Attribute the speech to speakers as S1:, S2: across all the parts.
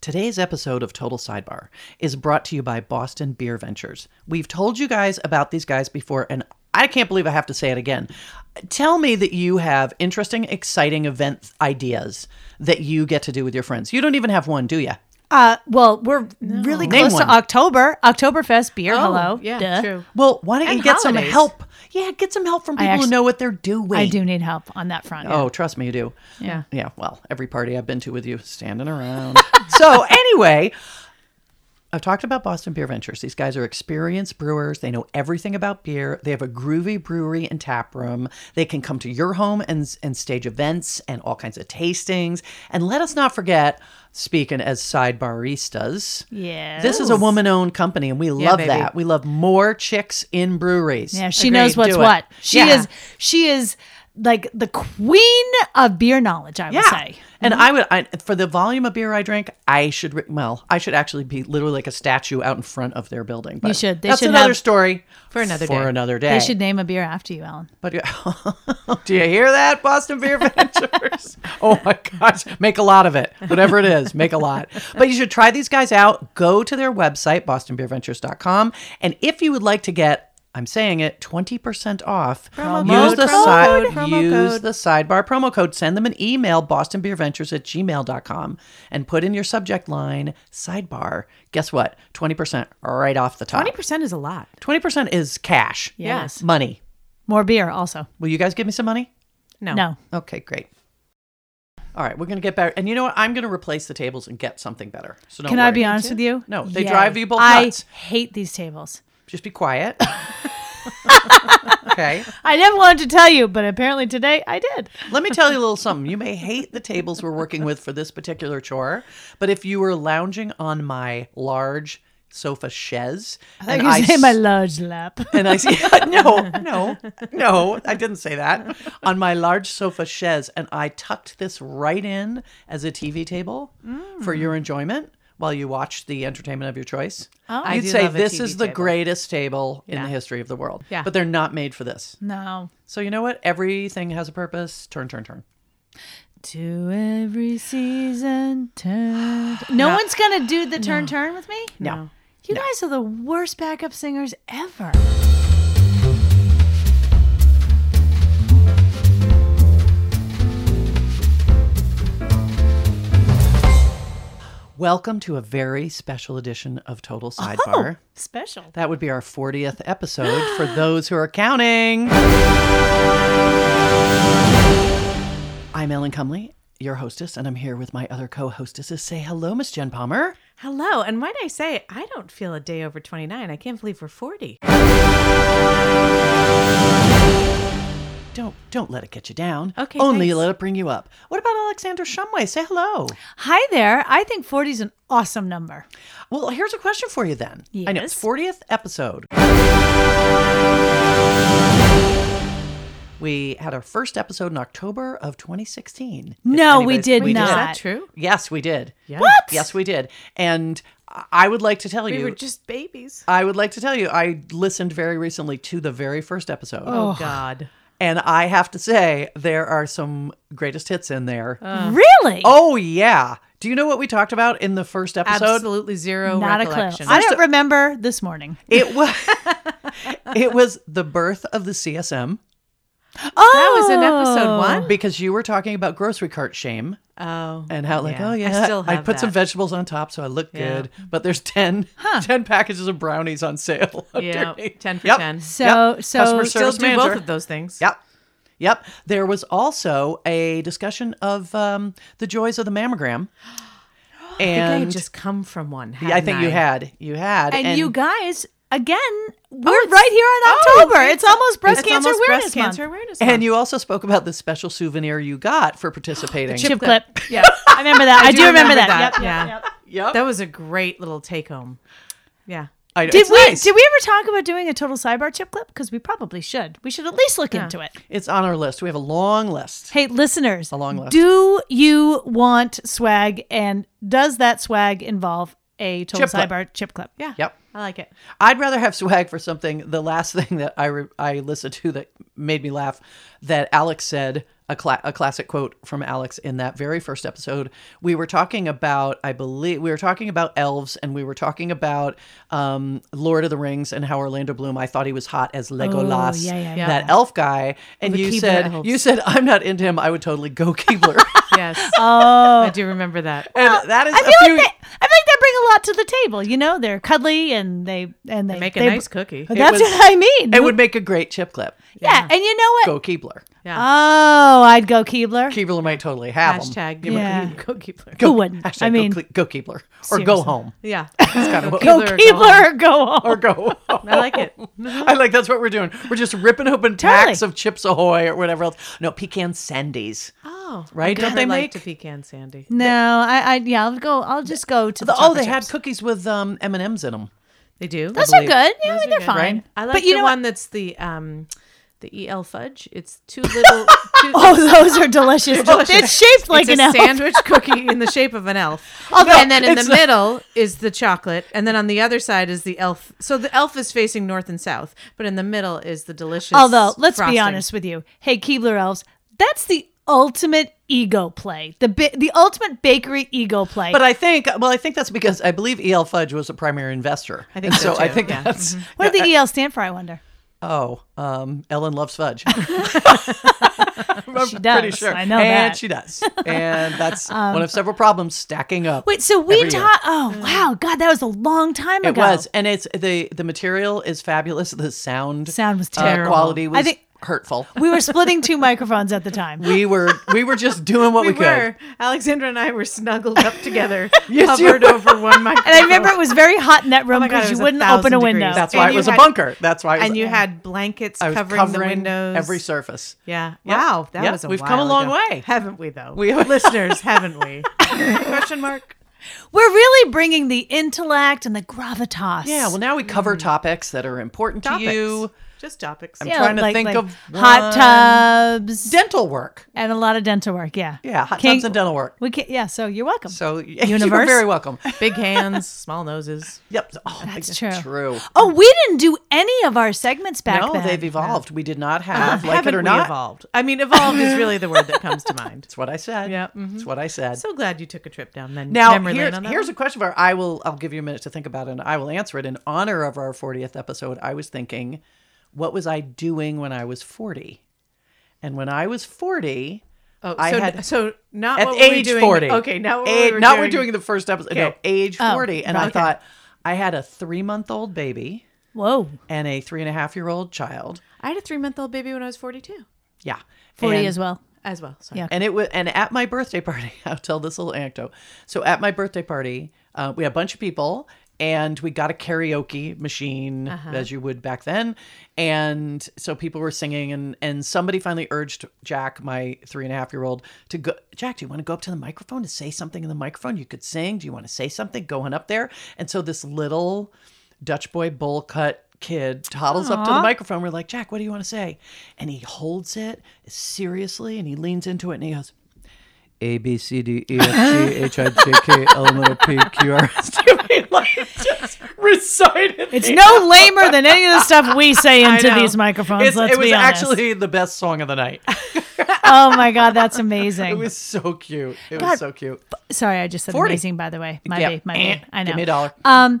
S1: Today's episode of Total Sidebar is brought to you by Boston Beer Ventures. We've told you guys about these guys before, and I can't believe I have to say it again. Tell me that you have interesting, exciting event ideas that you get to do with your friends. You don't even have one, do you?
S2: Uh, well, we're really
S1: Name
S2: close
S1: one.
S2: to October. Oktoberfest beer. hello.
S3: Oh, yeah,
S2: Duh.
S3: true.
S1: Well, why don't you
S3: And
S1: get some
S3: holidays.
S1: help? Yeah, get some help from people who
S2: actu-
S1: know what they're doing.
S2: I do need help on that front.
S1: Oh, trust me, you do.
S3: Yeah.
S1: Yeah, well, every party I've been to with you, standing around. so, anyway, I've talked about Boston Beer Ventures. These guys are experienced brewers. They know everything about beer. They have a groovy brewery and tap room. They can come to your home and, and stage events and all kinds of tastings. And let us not forget, speaking as sidebaristas,
S2: yeah.
S1: this is a woman owned company and we love
S3: baby.
S1: that. We love more chicks in breweries.
S2: Yeah, she knows
S1: Agreed.
S2: what's
S1: Do it.
S2: what. She
S1: Yeah.
S2: is. She is like the queen of beer knowledge. I would say.
S1: And I would, I, for the volume of beer I drink, I should, re- well, I should actually be literally like a statue out in front of their building. But
S2: should. They
S1: that's
S2: should
S1: another
S2: have-
S1: story
S3: For another
S1: For
S3: day.
S1: another day.
S2: They should name a beer after you, Alan.
S1: But do you hear that, Boston Beer Ventures? oh my gosh, make a lot of it. Whatever it is, make a lot. But you should try these guys out. Go to their website, bostonbeerventures.com. And if you would like to get, I'm saying it, 20% off,
S3: Promo
S1: use
S3: code,
S1: the
S3: promo
S1: side,
S3: code, promo
S1: use
S3: code.
S1: the sidebar promo code. Send them an email, bostonbeerventures at gmail.com, and put in your subject line, sidebar. Guess what? 20% right off the top.
S3: Twenty percent is a lot.
S1: 20% is cash.
S3: Yes.
S1: Money.
S2: More beer, also.
S1: Will you guys give me some money?
S3: No.
S2: No.
S1: Okay, great. All right, we're gonna get better. And you know what? I'm gonna replace the tables and get something better. So don't
S2: Can I
S1: worry.
S2: be honest with you?
S1: No, they
S2: Yay.
S1: drive you both
S2: I
S1: nuts.
S2: hate these tables.
S1: Just be quiet. okay.
S2: I never wanted to tell you, but apparently today I did.
S1: Let me tell you a little something. You may hate the tables we're working with for this particular chore, but if you were lounging on my large sofa chaise,
S2: I
S1: and
S2: can say
S1: s-
S2: my large lap.
S1: and I see no, no, no, I didn't say that. On my large sofa chaise, and I tucked this right in as a TV table for
S3: Mm.
S1: your enjoyment while you watch the entertainment of your choice.
S2: Oh. I
S1: You'd
S3: do
S1: say
S3: love a
S1: this
S3: TV
S1: is the
S3: table."
S1: greatest table in the
S3: Yeah.
S1: history of the world.
S3: Yeah.
S1: But they're not made for this.
S2: No.
S1: So you know what? Everything has a purpose. Turn, turn, turn.
S2: To every season turn. No, one's gonna do the turn turn with me.
S1: No.
S2: You guys are the worst backup singers ever.
S1: Welcome to a very special edition of Total
S3: Oh,
S1: Sidebar.
S2: Special.
S1: That would be our 40th episode for those who are counting. I'm Ellen Cumley, your hostess, and I'm here with my other co hostesses. Say hello, Miss Jen Palmer.
S3: Hello, and might I say, I don't feel a day over twenty nine. I can't believe we're forty.
S1: Don't don't let it get you down.
S3: Okay,
S1: Only
S3: thanks.
S1: let it bring you up. What about Alexander Shumway? Say hello.
S2: Hi there. I think 40 is an awesome number.
S1: Well, here's a question for you then. I know it's
S2: Yes.
S1: 40th episode. We had our first episode in October of 2016. if
S2: No, we
S1: anybody's-
S2: did
S3: Is
S2: not.
S3: that true?
S1: Yes, we did.
S3: Yeah. What?
S1: Yes, we did. And I- I would like to tell
S3: We
S1: you,
S3: were just babies.
S1: I would like to tell you, I listened very recently to the very first episode.
S3: Oh, God.
S1: And I have to say, there are some greatest hits in there.
S2: Uh. Really?
S1: oh, yeah. Do you know what we talked about in the first episode?
S3: Absolutely zero
S2: not a clue.
S3: recollection.
S2: I don't remember this morning.
S1: It was it was the birth of the CSM
S2: Oh,
S3: That was in episode one.
S1: because you were talking about grocery cart shame
S3: Oh,
S1: and how like, oh yeah,
S3: I still have
S1: put some
S3: that.
S1: vegetables on top so I look
S3: Yeah.
S1: good. But there's 10, 10 packages of brownies on sale.
S3: Yeah,
S1: underneath.
S3: ten for
S1: Yep.
S3: ten.
S2: So,
S1: Yep.
S2: so
S1: Customer
S3: Still
S1: service
S3: do
S1: manager.
S3: both of those things.
S1: Yep. Yep. There was also a discussion of um, the joys of the mammogram.
S3: I think I had
S1: And
S3: just come from one.
S1: I
S3: hadn't
S1: think you had. You had.
S2: and, you guys, again, we're right here on October. Oh, it's, almost breast
S3: It's
S2: cancer
S3: almost
S2: awareness
S3: breast
S2: month.
S3: cancer awareness.
S1: and
S3: month.
S1: you also spoke about the special souvenir you got for participating.
S2: Chip clip. Yeah, I remember that. I, do remember, that. Yep.
S3: Yeah,
S1: Yep.
S3: that was a great little take home. Yeah.
S1: I-
S2: Did
S1: it's
S2: we
S1: nice.
S2: did we ever talk about doing a total sidebar chip clip? Because we probably should. We should at least look into it.
S1: It's on our list. We have a long list.
S2: Hey, listeners, a
S1: long list.
S2: do you want swag? And does that swag involve a total
S1: Chip clip.
S2: sidebar chip clip?
S3: Yeah.
S1: Yep.
S3: I like it.
S1: I'd rather have swag for something. The last thing that I re- I listened to that made me laugh that Alex said a, cla- a classic quote from Alex in that very first episode. We were talking about, I believe, we were talking about elves and we were talking about um, Lord of the Rings and how Orlando Bloom, I thought he was hot as Legolas,
S2: Oh, yeah, yeah, yeah.
S1: that elf guy. And you
S3: Keebler
S1: said,
S3: elves.
S1: you said, I'm not into him. I would totally go Keebler.
S3: Yes.
S2: Oh,
S3: I do remember that.
S1: and that is
S2: I
S1: a
S2: feel
S1: few,
S2: like they, I feel like they bring a lot to the table. You know, they're cuddly and they and they,
S3: Make a
S2: they-
S3: nice cookie.
S2: That's
S1: was-
S2: what I mean.
S1: it would make a great chip clip.
S2: yeah. and you know what?
S1: Go Keebler.
S3: Yeah.
S2: Oh, I'd go Keebler.
S1: Keebler might totally have him.
S3: Hashtag
S2: Yeah.
S3: go Keebler.
S2: Who wouldn't?
S1: Hashtag
S2: I mean,
S1: go, Cle- go Keebler. Or go
S2: Seriously.
S1: home.
S3: Yeah.
S1: Kind of what-
S2: go
S3: Keebler or go
S2: Keebler, go home.
S1: or go home.
S3: I like it.
S1: I like that's what we're doing. We're just ripping open
S2: Totally.
S1: packs of Chips Ahoy or whatever else. No, pecan sandies.
S3: Oh,
S1: Right? Don't they
S3: like
S1: make-
S3: to pecan sandy?
S2: No, I, I, yeah, I'll go. I'll just go to the.
S1: The- oh, they
S2: chocolate
S1: had
S2: chips.
S1: cookies with um, M and M's in them.
S3: They do.
S2: Those are good. Yeah,
S3: Those are
S2: they're
S3: good,
S2: fine.
S1: right?
S3: I like
S2: but you
S3: the
S2: know what?
S3: one that's the um, the EL fudge. It's two little. Two,
S2: Oh, those are delicious. It's shaped like an
S3: it's a
S2: elf.
S3: sandwich cookie in the shape of an elf. and then in the
S1: it's not-
S3: middle is the chocolate, and then on the other side is the elf. So the elf is facing north and south, but in the middle is the delicious.
S2: Although, let's
S3: frosting.
S2: be honest with you. Hey, Keebler elves, that's the ultimate ego play. The bi- the ultimate bakery ego play.
S1: But uh, I think, well, I think that's because I believe El Fudge was a primary investor. I
S3: think so,
S1: I
S3: too,
S1: think
S3: yeah.
S1: that's
S2: what did the EL stand for? I wonder.
S1: oh, um, Ellen loves fudge. Pretty
S2: She does.
S1: sure.
S2: I know
S1: and
S2: that.
S1: she does. And that's one of several problems stacking up.
S2: Wait, so we
S1: every year.
S2: taught? Oh wow, God, that was a long time
S1: It
S2: ago.
S1: was, and it's the the material is fabulous. The sound
S2: Sound was
S1: uh,
S2: terrible.
S1: quality was
S2: I think
S1: hurtful.
S2: we were splitting two microphones at the time.
S1: We were we were just doing what we,
S3: We
S1: could.
S3: were Alexandra and I were snuggled up together,
S1: Yes, you
S3: covered
S1: were.
S3: over one microphone.
S2: And I remember it was very hot in that room
S3: my God,
S2: because
S3: it
S2: you
S3: was a
S2: wouldn't open a
S3: thousand
S2: window.
S3: degrees.
S1: That's why
S3: And
S1: it
S3: you
S1: was a
S3: had-
S1: bunker. That's why it was,
S3: and you had blankets
S1: I was
S3: covering, the windows.
S1: every surface.
S3: Yeah. Wow. That
S1: Yeah,
S3: was a
S1: we've come a
S3: while
S1: long
S3: ago.
S1: way.
S3: haven't we? Though
S1: We-
S3: listeners, haven't we? Question mark.
S2: We're really bringing the intellect and the gravitas.
S1: Yeah, well, now we cover topics that are important
S3: Mm-hmm. Topics.
S1: to you.
S3: Just topics.
S1: I'm trying to think of
S2: hot tubs
S1: Dental work.
S2: and a lot of dental work. Yeah,
S1: Yeah, hot
S2: Can't-
S1: tubs and dental work.
S2: We can Yeah, so you're welcome.
S1: So you're
S2: Universe?
S1: very welcome.
S3: Big hands, small noses.
S1: Yep. Oh, that's,
S2: true.
S1: true.
S2: oh, we didn't do any of our segments back
S1: no,
S2: then.
S1: they've evolved. We did not have, like
S3: Uh-huh. haven't
S1: it or
S3: we
S1: not.
S3: evolved? I mean, evolved is really the word that comes to mind.
S1: That's what I said.
S3: Yeah, mm-hmm.
S1: That's what I said.
S3: So glad you took a trip down then.
S1: now
S3: memory
S1: here's,
S3: lane on that
S1: here's
S3: one.
S1: a question for I will I'll give you a minute to think about it and I will answer it in honor of our 40th episode. I was thinking, what was I doing when I was 40? And when I was 40,
S3: Oh, so,
S1: I had-
S3: so not
S1: at
S3: what were we
S1: age
S3: doing-
S1: 40.
S3: Okay, now Eh, what
S1: Age-
S3: we were
S1: not
S3: doing.
S1: we're doing the first episode. No,
S3: Okay.
S1: age
S2: Oh,
S1: 40. And I
S2: right.
S1: thought I had a three month old baby
S2: Whoa,
S1: and a three and a half year old child.
S3: I had a three month old baby when I was forty two,
S1: Yeah.
S2: forty
S1: And-
S2: as well.
S3: as well. Sorry.
S2: Yeah.
S1: And it was, and at my birthday party, I'll tell this little anecdote. So at my birthday party, uh, we had a bunch of people, and we got a karaoke machine, as you would back then. And so people were singing, and and somebody finally urged Jack, my three and a half year old, to go. Jack, do you want to go up to the microphone to say something in the microphone? You could sing. Do you want to say something? Go on up there. And so this little Dutch boy bowl cut kid toddles up to the microphone. We're like, Jack, what do you want to say? And he holds it seriously and he leans into it and he goes, A, B, C, D, E, F, G, H, I, J, K, L, M, N, O, P, Q, R, S, T. U, V," Like, just recited.
S2: It's no lamer than any of the stuff we say into
S3: know.
S2: these microphones.
S1: It's-
S2: let's
S1: it was
S2: be honest.
S1: actually the best song of the night.
S2: oh my god, that's amazing.
S1: It was so cute. It
S2: God.
S1: was so cute.
S2: Sorry, I just said
S1: 40.
S2: amazing. By the way, my
S1: Yeah.
S2: babe, my
S1: Eh,
S2: babe. I know.
S1: Give me a dollar.
S2: Um,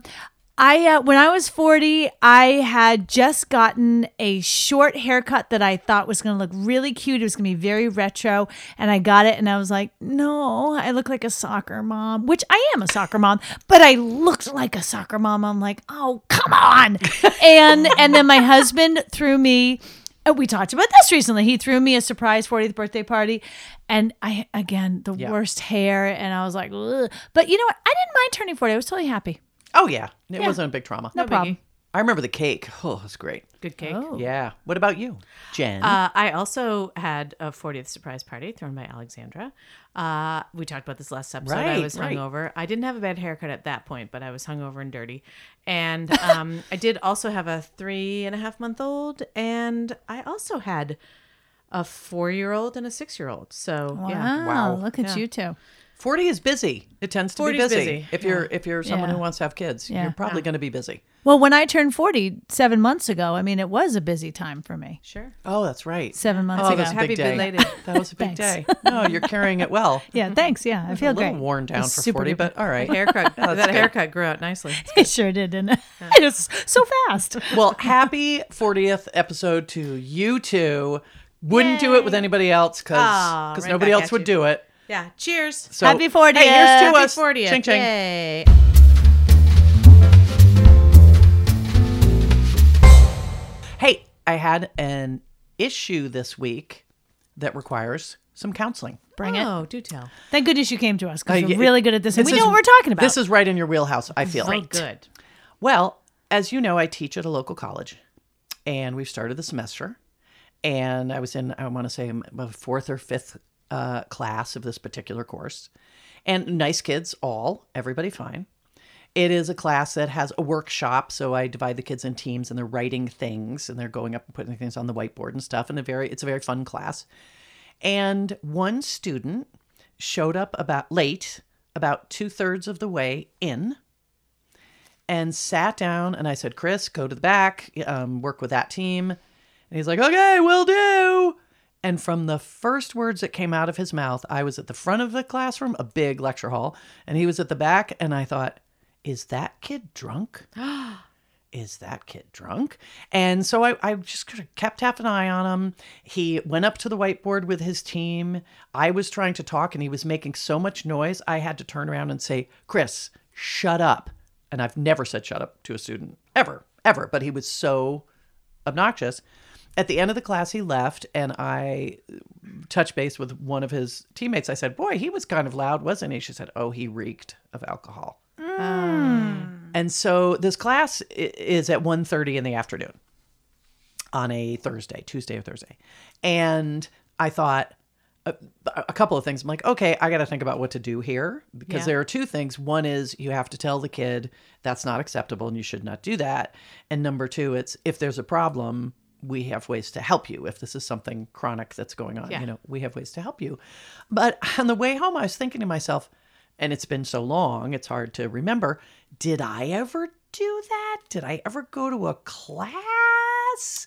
S2: I uh, when I was forty, I had just gotten a short haircut that I thought was going to look really cute. It was going to be very retro, and I got it, and I was like, "No, I look like a soccer mom," which I am a soccer mom, but I looked like a soccer mom. I'm like, "Oh, come on!" and and then my husband threw me. uh, We talked about this recently. He threw me a surprise 40th birthday party, and I again the worst hair, and I was like, Ugh. "But you know what? I didn't mind turning 40. I was totally happy."
S1: Oh, yeah. It wasn't a big trauma.
S2: No problem.
S1: I remember the cake. Oh, it was great.
S3: Good cake.
S1: Yeah. What about you, Jen?
S3: Uh, I also had a 40th surprise party thrown by Alexandra. Uh, we talked about this last episode. I
S1: Right,
S3: was
S1: right.
S3: hungover. I didn't have a bad haircut at that point, but I was hungover and dirty. And um, I did also have a three and a half month old, and I also had a four year old and a six year old. So
S2: Wow,
S3: yeah,
S1: Wow.
S2: look at you two.
S1: 40 is busy. It tends to be
S3: 40 is
S1: busy.
S3: busy,
S1: If you're if you're someone
S2: Yeah.
S1: who wants to have kids,
S2: Yeah.
S1: you're probably going to be busy.
S2: Well, when I turned 40 seven months ago, I mean, it was a busy time for me.
S3: Sure.
S1: Oh, that's right.
S2: Seven months
S1: Oh,
S2: ago.
S1: that's a
S3: Happy
S1: big day.
S3: belated.
S1: That was a big day.
S2: Thanks.
S1: No, you're carrying it well.
S2: Yeah, thanks. Yeah, I feel
S1: Mm-hmm. a little
S2: great.
S1: worn down
S2: It's
S1: for
S2: super
S1: 40,
S2: duper-
S1: but all right.
S3: Haircut.
S1: No, that's
S3: that
S1: good.
S3: haircut grew out nicely.
S2: It sure did, didn't it? It was so fast.
S1: Well, happy 40th episode to you two. Wouldn't do it with anybody else because
S3: Aw, right
S1: nobody
S3: back
S1: else
S3: at
S1: would
S3: you.
S1: do it.
S3: Yeah. Cheers.
S1: So,
S2: Happy 40th.
S1: Hey, here's to
S2: Happy
S1: us.
S3: 40th.
S1: Ching, ching.
S3: Yay.
S1: Hey, I had an issue this week that requires some counseling.
S2: Bring it.
S3: Oh, do tell.
S2: Thank goodness you came to us because
S1: Uh,
S2: we're
S1: yeah,
S2: really good at this. and we
S1: is-
S2: know what we're talking about.
S1: This is right in your wheelhouse, I feel.
S3: Oh, good.
S1: Well, as you know, I teach at a local college, and we've started the semester. And I was in, I want to say, m- my fourth or fifth uh, class of this particular course. And nice kids, all, everybody fine. It is a class that has a workshop, so I divide the kids in teams, and they're writing things, and they're going up and putting things on the whiteboard and stuff. And a very, it's a very fun class. And one student showed up about late, about two thirds of the way in and sat down and I said, Chris, go to the back, um, work with that team. And he's like, okay, will do. And from the first words that came out of his mouth, I was at the front of the classroom, a big lecture hall, and he was at the back. And I thought, is that kid drunk? is that kid drunk? And so I, I just kind of kept half an eye on him. He went up to the whiteboard with his team. I was trying to talk and he was making so much noise, I had to turn around and say, Chris, shut up. And I've never said shut up to a student, ever, ever. But he was so obnoxious. At the end of the class, he left, and I touched base with one of his teammates. I said, Boy, he was kind of loud, wasn't he? She said, Oh, he reeked of alcohol. Mm-hmm. And so this class i- is at 1:30 in the afternoon on a Thursday, Tuesday or Thursday. And I thought a, a couple of things. I'm like, okay, I got to think about what to do here because
S3: Yeah.
S1: there are two things. One is you have to tell the kid that's not acceptable and you should not do that. And number two, it's if there's a problem, we have ways to help you. If this is something chronic that's going on,
S3: Yeah.
S1: you know, we have ways to help you. But on the way home, I was thinking to myself, and it's been so long, it's hard to remember. Did I ever do that? Did I ever go to a class?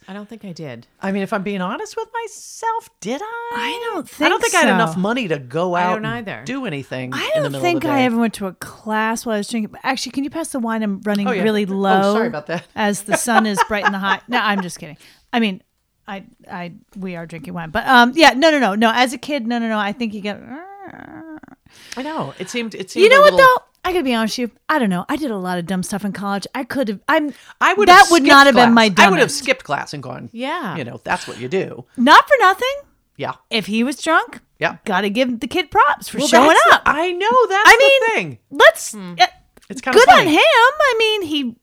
S3: I don't think I did.
S1: I mean, if I'm being honest with myself, did I?
S2: I don't think
S1: I don't think I had
S2: so.
S1: enough money to go out
S3: don't
S1: and
S3: either.
S1: do anything.
S2: I
S1: in the
S2: don't
S1: middle
S2: think
S1: of the
S2: I
S1: day.
S2: ever went to a class while I was drinking. But Actually, can you pass the wine? I'm running
S1: Oh, yeah.
S2: really
S1: Oh,
S2: low.
S1: sorry about that.
S2: As the sun is bright and the hot. No, I'm just kidding. I mean, I, I, we are drinking wine, but um, yeah, no, no, no, no. As a kid, no, no, no. I think you get.
S1: I know it seemed. It seemed.
S2: You know
S1: a
S2: what
S1: little,
S2: though? I gotta be honest with you. I don't know. I did a lot of dumb stuff in college. I could have. I'm.
S1: I would.
S2: That
S1: have
S2: would
S1: skipped
S2: not have been my
S1: class. I would have
S2: dumbest.
S1: skipped class and gone.
S3: Yeah.
S1: You know, that's what you do.
S2: Not for nothing.
S1: Yeah.
S2: If he was drunk,
S1: Yeah.
S2: gotta give the kid props for
S1: Well,
S2: showing
S1: that's the-
S2: up.
S1: I know that's
S2: I
S1: the
S2: mean,
S1: thing.
S2: Let's. uh,
S1: It's kind
S2: good
S1: of
S2: on him. I mean, he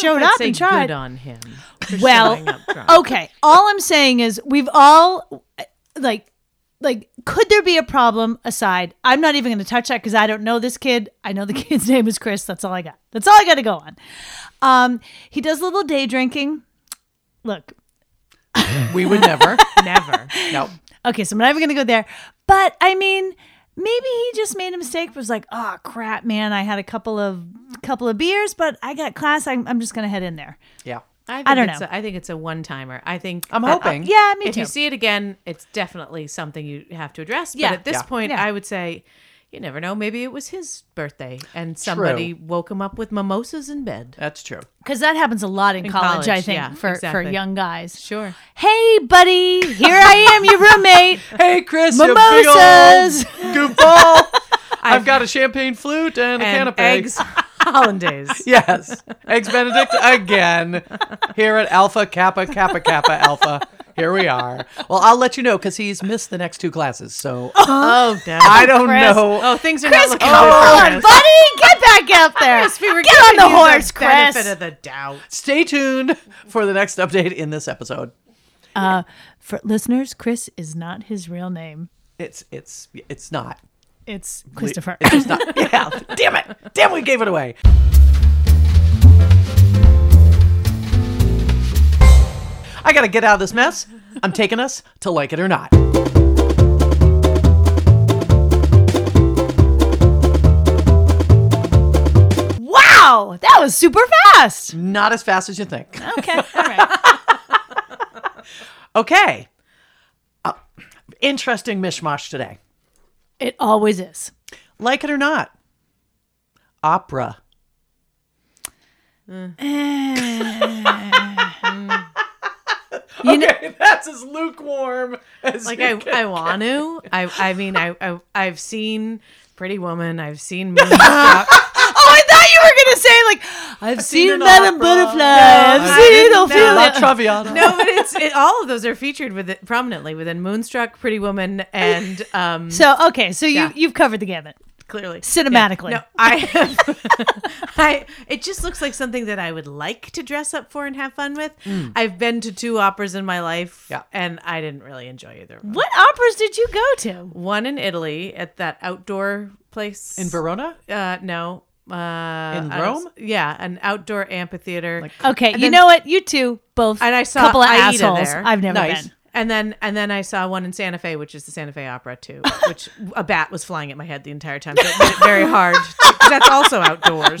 S2: showed
S3: I'd
S2: up
S3: say
S2: and tried.
S3: Good on him. for
S2: Well,
S3: showing up drunk.
S2: okay. All I'm saying is we've all like like could there be a problem aside? I'm not even going to touch that because I don't know this kid. I know the kid's name is Chris. That's all I got. That's all I got to go on. Um, he does a little day drinking. Look,
S1: We would never.
S3: never.
S1: no.
S2: okay, so I'm not even going to go there. But I mean, maybe he just made a mistake. Was like, oh crap, man! I had a couple of couple of beers, but I got class. I'm, I'm just going to head in there.
S1: Yeah.
S3: I, think
S2: don't
S3: it's
S2: know.
S3: A, I think it's a one timer. I think
S1: I'm
S3: that-
S1: hoping.
S2: Uh, Yeah, me
S3: if
S2: too.
S3: you see it again, it's definitely something you have to address.
S2: Yeah.
S3: But at this
S1: Yeah.
S3: point,
S2: Yeah.
S3: I would say you never know. Maybe it was his birthday and somebody woke him up with mimosas in bed.
S1: That's true.
S2: Because that happens a lot in, college,
S3: college,
S2: I think,
S3: yeah,
S2: for, for
S3: exactly.
S2: young guys.
S3: Sure.
S2: Hey, buddy, here I am, your roommate.
S1: Hey, Chris,
S2: Mimosas.
S1: you big old goofball. I've got a champagne flute and a can
S3: And
S1: of
S3: eggs hollandaise.
S1: Yes. Eggs Benedict again here at Alpha Kappa Kappa Kappa Alpha. Here we are. Well, I'll let you know because he's missed the next two classes. So
S3: Oh, no.
S1: I don't
S2: Chris.
S1: know.
S3: Oh, things are
S2: Chris,
S3: not looking
S2: come
S3: good for
S2: on,
S3: us.
S2: buddy, get back out there.
S3: Yes, we were
S2: get on
S3: giving
S2: the
S3: you
S2: horse, Chris.
S3: Benefit of the doubt.
S1: Stay tuned for the next update in this episode.
S2: uh, for listeners, Chris is not his real name.
S1: It's it's it's not.
S2: It's Christopher.
S1: It's just not. Yeah. Damn it. Damn, we gave it away. I gotta get out of this mess. I'm taking us to like it or not.
S2: Wow, that was super fast.
S1: Not as fast as you think.
S2: Okay, all right.
S1: Okay. Uh, interesting mishmash today.
S2: It always is.
S1: Like it or not, opera. Eh.
S2: You know,
S1: that's as lukewarm as
S3: Like I, I want to. I, I mean, I, I, I've seen Pretty Woman. I've seen Moonstruck.
S2: oh, I thought you were gonna say like I've, seen,
S1: seen an
S2: Madame
S1: opera.
S2: Butterfly,
S3: No,
S2: I've
S3: I
S2: seen
S3: didn't know.
S1: La
S2: Ophelia.
S1: Traviata.
S3: no, but it's it, all of those are featured with it prominently within Moonstruck, Pretty Woman, and um,
S2: So okay, so you
S3: Yeah.
S2: you've covered the gamut
S3: clearly
S2: cinematically.
S3: No, I have. I. It just looks like something that I would like to dress up for and have fun with. I've been to two operas in my life,
S1: Yeah.
S3: and I didn't really enjoy either. One.
S2: What operas did you go to?
S3: One in Italy at that outdoor place
S1: In Verona?
S3: Uh, no. Uh, in
S1: Rome?
S3: yeah, an outdoor amphitheater.
S2: Okay, you
S3: then-
S2: know what? You two both.
S3: And I saw
S2: couple of
S3: Aida
S2: assholes.
S3: there.
S2: I've never
S1: Nice.
S2: been.
S3: And then and then I saw one in Santa Fe, which is the Santa Fe Opera too, which a bat was flying at my head the entire time. So it made it very hard. to- 'cause that's also outdoors.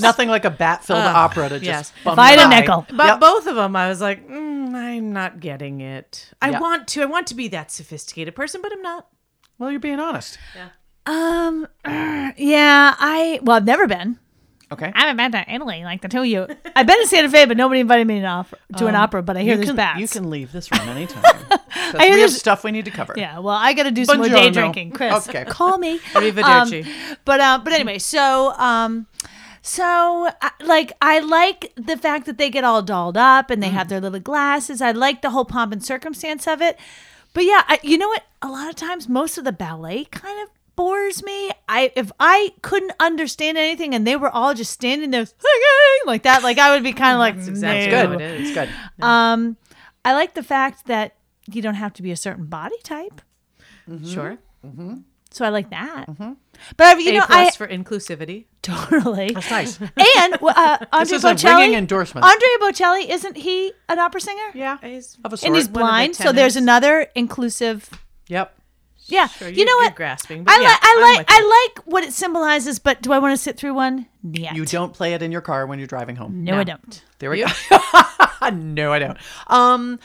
S1: Nothing like a bat-filled opera to just
S3: yes.
S1: bum
S2: Vita
S1: by.
S2: Nickel.
S3: But
S1: Yep.
S3: both of them, I was like, mm, I'm not getting it. I
S1: Yeah.
S3: want to. I want to be that sophisticated person, but I'm not.
S1: Well, you're being honest.
S2: Um, yeah, I well, I've never been.
S1: Okay.
S2: I haven't been to Italy like the two of you. I've been to Santa Fe, but nobody invited me to, an opera, to an opera. But I hear
S1: you
S2: there's
S1: can,
S2: bats.
S1: you can leave this room anytime. 'Cause we have
S2: there's-
S1: stuff we need to cover.
S2: Yeah, well, I got to do some more day
S1: Buongiorno.
S2: drinking, Chris.
S1: Okay.
S2: Call me.
S3: Arrivederci.
S2: Um, but uh, but anyway, so um, so I, like I like the fact that they get all dolled up and they
S1: Mm.
S2: have their little glasses. I like the whole pomp and circumstance of it. But yeah, I, you know what? A lot of times, most of the ballet kind of bores me. I if I couldn't understand anything and they were all just standing there singing like that, like I would be kind of like,
S3: exactly
S2: "No."
S1: Good.
S3: No, it is.
S1: It's good.
S2: Um, I like the fact that you don't have to be a certain body type.
S3: Sure.
S2: So I like that. But I, Mm-hmm. you
S3: A
S2: know, I
S3: plus for inclusivity.
S2: totally. That's
S1: nice.
S2: And uh, Andre
S1: is a
S2: Bocelli.
S1: ringing endorsement.
S2: Andre Bocelli isn't he an opera singer?
S1: Yeah.
S3: Is-
S1: Of a sort.
S2: And he's
S3: the
S2: blind, so there's
S3: tenors.
S2: another inclusive.
S1: yep.
S2: Yeah,
S3: Sure,
S2: you,
S3: you-
S2: know
S3: you're
S2: what?
S3: grasping, but
S2: I, li-
S3: yeah, I'm
S2: I like
S3: with you.
S2: I like what it symbolizes, but do I want to sit through one? Yet.
S1: You don't play it in your car when you're driving home.
S2: No, I don't.
S1: There we go. no, I don't. Um,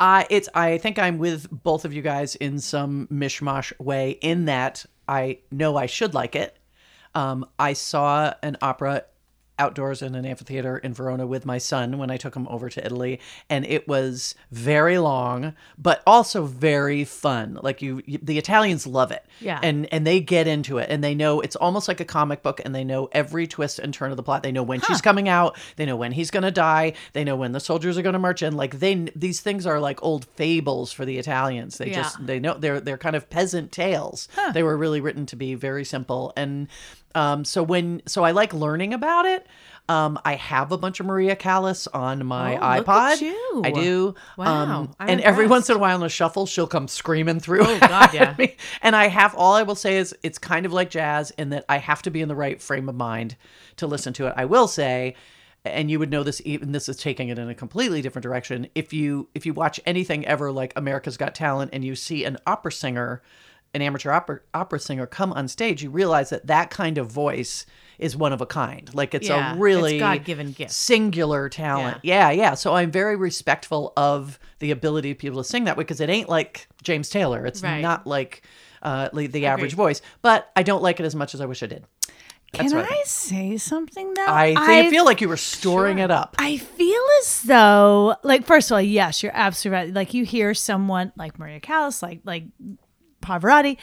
S1: uh, it's. I think I'm with both of you guys in some mishmash way. In that I know I should like it. Um, I saw an opera outdoors in an amphitheater in Verona with my son when I took him over to Italy, and it was very long, but also very fun. Like you, you the Italians love it.
S3: Yeah.
S1: And and and they get into it and they know it's almost like a comic book and they know every twist and turn of the plot they know when she's coming out they know when he's going to die they know when the soldiers are going to march in like they these things are like old fables for the italians they just
S3: Yeah.
S1: they know they're they're kind of peasant tales they were really written to be very simple and um so when so i like learning about it um, I have a bunch of Maria Callas on my
S3: Oh, look
S1: iPod.
S3: at you.
S1: I do. Um,
S3: Wow, I'm
S1: and every
S3: impressed.
S1: once in a while on a shuffle, she'll come screaming through. Oh
S3: God, yeah.
S1: me. And I have all I will say is it's kind of like jazz in that I have to be in the right frame of mind to listen to it. I will say, and you would know this even this is taking it in a completely different direction. If you if you watch anything ever like America's Got Talent and you see an opera singer, an amateur opera opera singer come on stage, you realize that that kind of voice is one of a kind. Like it's
S3: Yeah,
S1: a
S3: it's
S1: really
S3: God-given gift.
S1: singular talent. Yeah. yeah, So I'm very respectful of the ability of people to sing that way because it ain't like James Taylor. It's
S3: Right.
S1: not like uh, like the average voice, but I don't like it as much as I wish I did.
S2: Can
S1: what I
S2: I say something though?
S1: I, think, I feel like you were storing it up.
S2: I feel as though, like, first of all, yes, you're absolutely right. Like, you hear someone like Maria Callas, like like Pavarotti,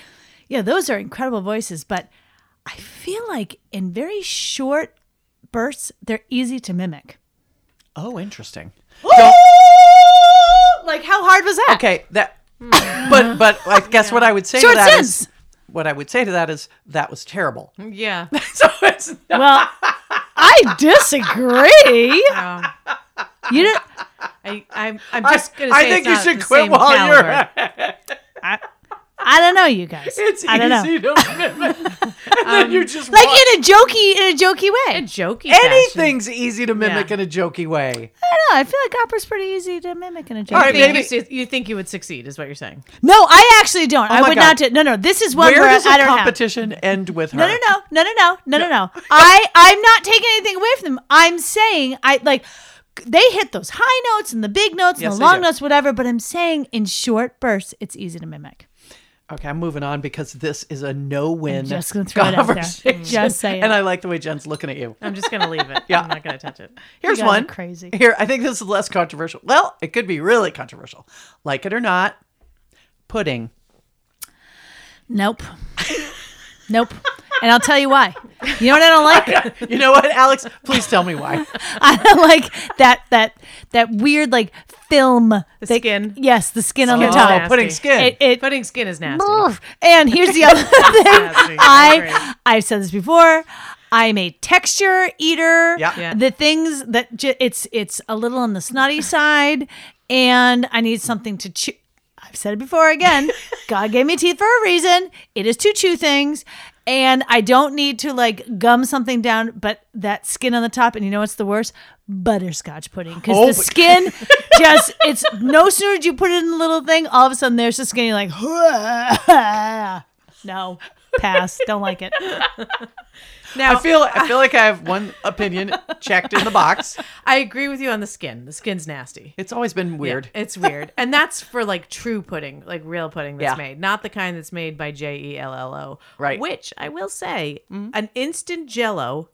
S2: yeah, those are incredible voices. But I feel like in very short bursts, they're easy to mimic.
S1: Oh, interesting.
S2: Like, how hard was that? Hmm.
S1: Okay, that. but but I guess what I would say
S2: Short
S1: to that is
S2: sins.
S1: what I would say to that is that was terrible.
S3: Yeah.
S1: so it's not,
S2: Well, I disagree.
S3: Um,
S2: You didn't.
S3: I, I'm, I'm
S1: I,
S3: just gonna. Say
S1: I think
S3: it's
S1: you
S3: not
S1: should
S3: the
S1: quit
S3: same
S1: while
S3: caliber.
S1: you're.
S2: I, I don't know, you guys.
S4: It's
S2: I don't know. Um,
S4: easy to mimic. and then you just
S2: Like
S4: watch.
S2: in a jokey, in a jokey way.
S3: jokey. fashion.
S1: Anything's easy to mimic
S3: Yeah.
S1: in a jokey way.
S2: I don't know. I feel like opera's pretty easy to mimic in a jokey.
S1: All right,
S2: way.
S1: baby.
S3: You, su- you think you would succeed, is what you're saying.
S2: No, I actually don't. I
S1: Oh my
S2: would
S1: God.
S2: not. Do, no, no. This is one
S1: Where
S2: where,
S1: does
S2: I
S1: a
S2: don't have.
S1: competition end with her?
S2: No, no, no, no, no, no, no, no, no. I, I'm not taking anything away from them. I'm saying I like they hit those high notes and the big notes
S1: Yes,
S2: and
S1: they
S2: the long
S1: do.
S2: notes, whatever. But I'm saying in short bursts, it's easy to mimic.
S1: Okay, I'm moving on because this is a no-win.
S2: just gonna throw it out there.
S1: conversation.
S2: Just saying.
S1: And I like the way Jen's looking at you.
S3: I'm just gonna leave it.
S1: Yeah.
S3: I'm not gonna touch it.
S1: Here's
S2: guys are
S1: one.
S2: crazy.
S1: Here, I think this is less controversial. Well, it could be really controversial. Like it or not, pudding.
S2: Nope. nope. And I'll tell you why. You know what I don't like?
S1: You know what, Alex? Please tell me why.
S2: I don't like that that that weird like film. The
S3: skin.
S2: Yes, the skin on the
S3: Skin's
S2: top.
S1: oh, pudding
S3: nasty.
S1: skin.
S2: It, it
S3: Putting skin is nasty.
S2: Oof. And here's the other thing.
S3: Nasty.
S2: I I've said this before. I'm a texture eater.
S1: Yeah. Yeah.
S2: The things that j- it's it's a little on the snotty side, and I need something to chew. I've said it before again. God gave me teeth for a reason. It is to chew things. And I don't need to like gum something down, but that skin on the top, and you know what's the worst? Butterscotch pudding. Because
S1: Oh,
S2: the
S1: but-
S2: skin just, it's no sooner did you put it in the little thing, all of a sudden there's the skin, you're like, no, pass. Don't like it.
S3: Now
S1: I feel I feel like I have one opinion checked in the box.
S3: I agree with you on the skin. The skin's nasty.
S1: It's always been weird.
S3: Yeah, it's weird. and that's for like true pudding, like real pudding that's
S1: Yeah.
S3: made, not the kind that's made by J E L L O.
S1: Right. Mm-hmm.
S3: Which I will say, an instant jello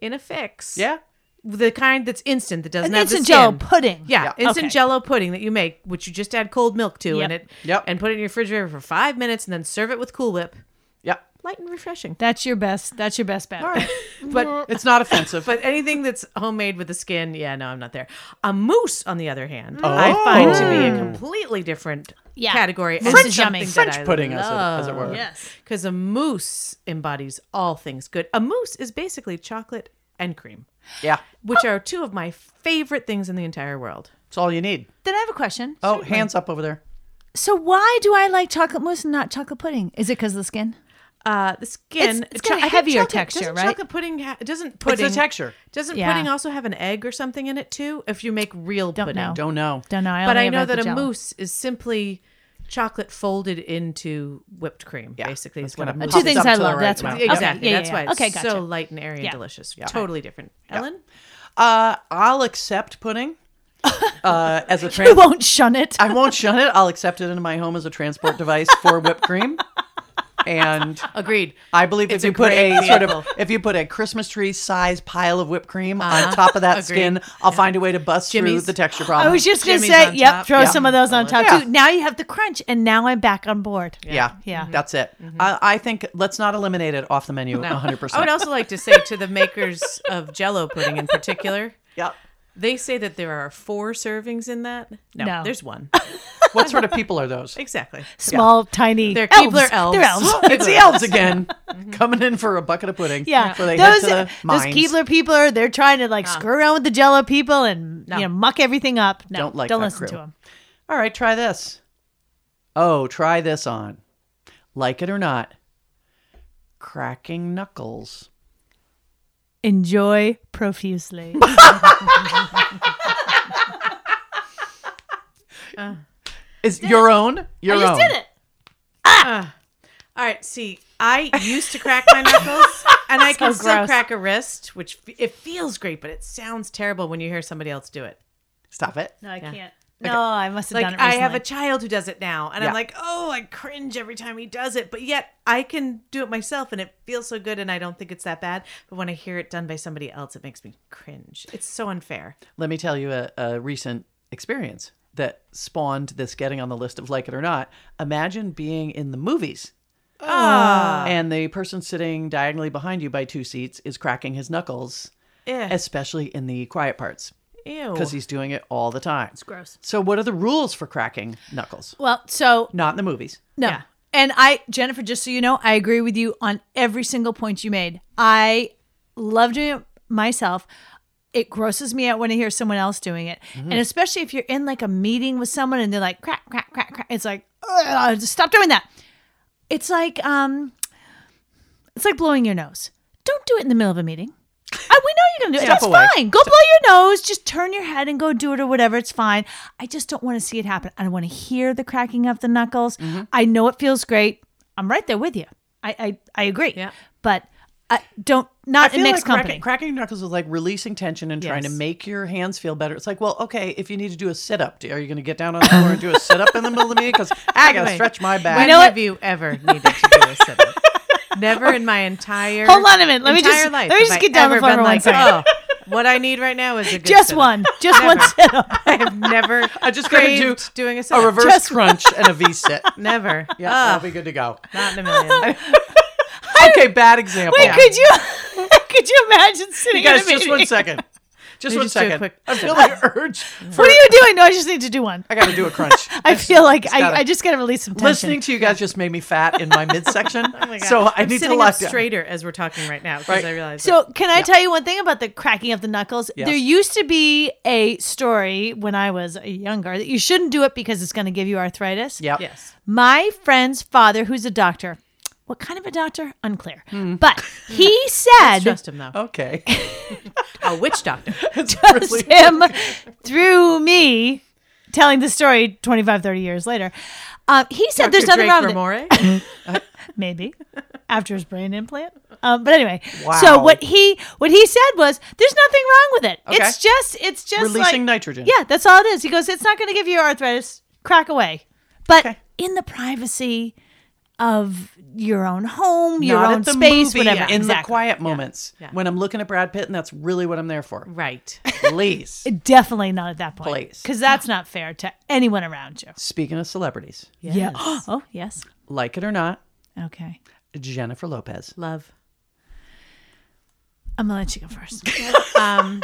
S3: in a fix.
S1: Yeah.
S3: The kind that's instant that doesn't
S2: An
S3: have
S2: instant
S3: the
S2: jello
S3: skin.
S2: pudding.
S3: Yeah,
S1: Yeah.
S3: instant
S2: Okay.
S3: jello pudding that you make, which you just add cold milk to
S2: Yep.
S3: and it
S1: Yep.
S3: and put it in your refrigerator for five minutes and then serve it with Cool Whip.
S1: Yep.
S3: Light and refreshing.
S2: That's your best. That's your best bet. Mm.
S3: But
S1: It's not offensive.
S3: But anything that's homemade with the skin, yeah, no, I'm not there. A moose, on the other hand, I find to be a completely different
S2: Yeah.
S3: category.
S2: French is yummy.
S1: French pudding, as it- as it were.
S2: Yes.
S3: Because a moose embodies all things good. A moose is basically chocolate and cream,
S1: yeah.
S3: which are two of my favorite things in the entire world.
S1: It's all you need.
S2: Then I have a question.
S1: Oh, hands up over there.
S2: So why do I like chocolate mousse and not chocolate pudding? Is it because of the skin?
S3: Uh, the skin.
S2: It's- it's got a
S3: I think
S2: heavier
S3: chocolate-
S2: texture,
S3: doesn't
S2: right?
S3: Chocolate pudding ha- doesn't pudding.
S1: texture.
S3: Doesn't
S2: Yeah.
S3: pudding also have an egg or something in it too? If you make real
S2: Don't
S3: pudding,
S2: know.
S1: Don't know.
S2: Don't know. I
S3: but
S2: only
S3: I
S2: ever
S3: know
S2: had
S3: that
S2: the
S3: a
S2: jello.
S3: mousse is simply chocolate folded into whipped cream. Basically, is what a
S1: kinda
S3: mousse.
S2: Two
S1: pops
S3: is.
S2: things
S1: up
S2: I
S1: to the
S2: love.
S1: right
S2: that's why.
S1: amount.
S2: Okay,
S3: Exactly.
S2: yeah,
S3: That's
S2: yeah,
S3: why
S2: yeah.
S3: it's
S2: okay, gotcha.
S3: so light and airy
S2: Yeah.
S3: and delicious. Totally different. Ellen,
S1: Uh, I'll accept pudding uh, as a
S2: you
S1: trans.
S2: won't shun it.
S1: I won't shun it. I'll accept it into my home as a transport device for whipped cream. And
S3: agreed.
S1: I believe
S3: It's
S1: if
S3: a
S1: you put
S3: great
S1: a sort of
S3: vehicle.
S1: if you put a Christmas tree size pile of whipped cream on top of that
S3: Uh-huh. Agreed.
S1: skin, I'll find a way to bust through
S3: Jimmy's. Oh,
S1: the texture
S2: I
S1: problem.
S2: was just gonna
S3: Jimmy's
S2: say,
S3: on
S2: yep,
S3: top.
S2: throw
S3: Yeah.
S2: some of those on top
S1: Yeah.
S2: too. Now you have the crunch, and now I'm back on board.
S1: yeah.
S2: Yeah.
S1: That's it. I, I think let's not eliminate it off the menu
S3: Mm-hmm. No.
S1: 100%.
S3: I would also like to say to the makers of Jello pudding in particular,
S1: Yep.
S3: they say that there are four servings in that. No,
S2: No.
S3: there's one.
S1: What sort of people are those?
S3: Exactly.
S2: Small, tiny.
S3: They're
S2: elves.
S3: Keebler elves.
S2: They're elves.
S1: it's the elves again coming in for a bucket of pudding.
S2: Mm-hmm. Yeah,
S1: So they head
S2: those
S1: to the
S2: those
S1: mines.
S2: Keebler people are they're trying to like screw around with the Jello people and you know muck everything up. No,
S1: Don't
S2: don't
S1: like that
S2: listen to
S1: crew.
S2: them.
S1: All right, try this. Oh, try this on. Like it or not, cracking knuckles.
S2: Enjoy profusely.
S1: Is your own? Your
S2: I just
S1: own.
S2: did it.
S3: All right. See, I used to crack my knuckles, and I can still
S2: gross.
S3: crack a wrist, which f- it feels great, but it sounds terrible when you hear somebody else do it.
S1: Stop it.
S2: No, I can't. No, I must have
S3: Like
S2: done it.
S3: I have a
S2: recently.
S3: child who does it now, and
S1: Yeah.
S3: I'm like, oh, I cringe every time he does it, but yet I can do it myself, and it feels so good, and I don't think it's that bad. But when I hear it done by somebody else, it makes me cringe. It's so unfair.
S1: Let me tell you a, a recent experience that spawned this getting on the list of like it or not. Imagine being in the movies.
S2: Ah.
S1: And the person sitting diagonally behind you by two seats is cracking his knuckles,
S2: Eh.
S3: Yeah.
S1: especially in the quiet parts.
S3: Ew.
S1: because he's doing it all the time. It's
S2: gross.
S1: So, what are the rules for cracking knuckles?
S2: well, so
S1: Not in the movies.
S2: No.
S3: Yeah.
S2: And I, Jennifer, just so you know, I agree with you on every single point you made. I love doing it myself. It grosses me out when I hear someone else doing it. And especially if you're in like a meeting with someone and they're like, crack, crack, crack, crack. It's like, "Ugh, just stop doing that. It's like um, it's like blowing your nose. Don't do it in the middle of a meeting. I, we know you're gonna do it.
S1: Step
S2: That's
S1: away.
S2: fine. Go blow your nose. Just turn your head and go do it or whatever. It's fine. I just don't want to see it happen. I don't want to hear the cracking of the knuckles.
S1: Mm-hmm.
S2: I know it feels great. I'm right there with you. I I, I agree.
S3: Yeah.
S2: But I don't not in mixed
S1: cracking-
S2: company.
S1: cracking knuckles is like releasing tension and trying to
S3: Yes.
S1: make your hands feel better. It's like, well, okay, if you need to do a sit up, are you going to get down on the floor and do a sit up in the middle of the meeting? Because I got to
S3: Right.
S1: stretch my back.
S3: When
S2: know
S3: have
S2: what?
S3: you ever needed to do a sit up? Never in my entire
S2: Hold on a minute. Let me
S3: entire
S2: just-
S3: life
S2: let me just
S3: have
S2: get
S3: I
S2: down the
S3: ever
S2: phone
S3: been
S2: for one
S3: like,
S2: second.
S3: "Oh, what I need right now is a good
S2: Just
S3: sit-up."
S2: one. Just one
S3: Never.
S2: sit up.
S3: I have never.
S1: I just got to do
S3: craved doing a sit
S1: a reverse
S2: Just-
S1: crunch and a V sit.
S3: Never.
S1: Yeah,
S3: Ugh,
S1: I'll be good to go.
S3: not in a million.
S1: Okay, bad example.
S2: Wait, could you could you imagine sitting
S1: You guys,
S2: in a
S1: just
S2: meeting?
S1: one second. Just
S3: me
S1: one
S3: just do a
S1: second.
S3: quick-
S1: I feel the urge. For,
S2: What are you doing? No, I just need to do one.
S1: I got to do a crunch.
S2: I feel like I,
S1: gotta-
S2: I just got to release some tension.
S1: Listening to you guys just made me fat in my midsection.
S3: Oh my God.
S1: so I
S3: I'm
S1: need to
S3: sitting
S1: lock
S3: up
S1: down.
S3: straighter as we're talking right now because
S1: Right.
S3: I realize.
S2: So, can I tell you one thing about the cracking of the knuckles?
S1: Yes.
S2: There used to be a story when I was younger that you shouldn't do it because it's going to give you arthritis.
S1: Yep.
S3: yes,
S2: My friend's father, who's a doctor, what kind of a doctor? Unclear.
S1: Hmm.
S2: But he said
S3: trust him though.
S1: Okay.
S3: A witch doctor.
S2: trust him through me telling the story 25, 30 years later. Um, he said there's nothing wrong with it. maybe after his brain implant. Um, but anyway, so
S1: Wow.
S2: what he what he said was, "There's nothing wrong with it.
S1: Okay.
S2: It's just it's just
S1: Releasing
S2: like-
S1: nitrogen.
S2: Yeah, that's all it is." He goes, "It's not going to give you arthritis. Crack away." But in the privacy of your own home, your
S1: Not
S2: own
S1: at the
S2: space,
S1: movie,
S2: whatever.
S1: In the
S2: exactly.
S1: quiet moments when I'm looking at Brad Pitt, and that's really what I'm there for.
S3: Right.
S1: Please.
S2: Definitely not at that point.
S1: Place.
S2: Because that's not fair to anyone around you.
S1: Speaking of celebrities,
S2: Yeah. Oh, yes.
S1: like it or not,
S2: Okay.
S1: Jennifer Lopez.
S3: Love.
S2: I'm going to let you go first.
S3: Um,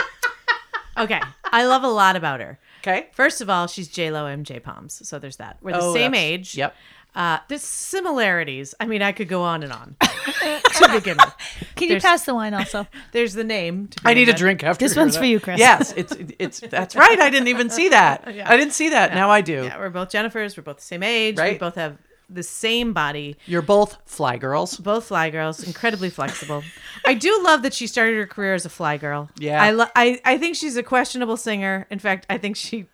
S3: okay. I love a lot about her.
S1: Okay.
S3: First of all, she's J Lo MJ Palms, so there's that. We're the
S1: Oh,
S3: same
S1: that's-
S3: age.
S1: Yep.
S3: Uh, there's similarities. I mean, I could go on and on. to begin with,
S2: Can you
S3: There's-
S2: pass the wine also?
S3: there's the name. to
S1: I need a
S3: begin with.
S1: drink after
S2: This one's
S1: that.
S2: for you, Chris.
S1: Yes, it's it's that's right. I didn't even see that. I didn't see that. Now I do.
S3: Yeah, we're both Jennifers. We're both the same age. We
S1: Right.
S3: both have the same body.
S1: You're both fly girls.
S3: Both fly girls, incredibly flexible. I do love that she started her career as a fly girl.
S1: Yeah.
S3: I lo- I, I think she's a questionable singer. In fact, I think she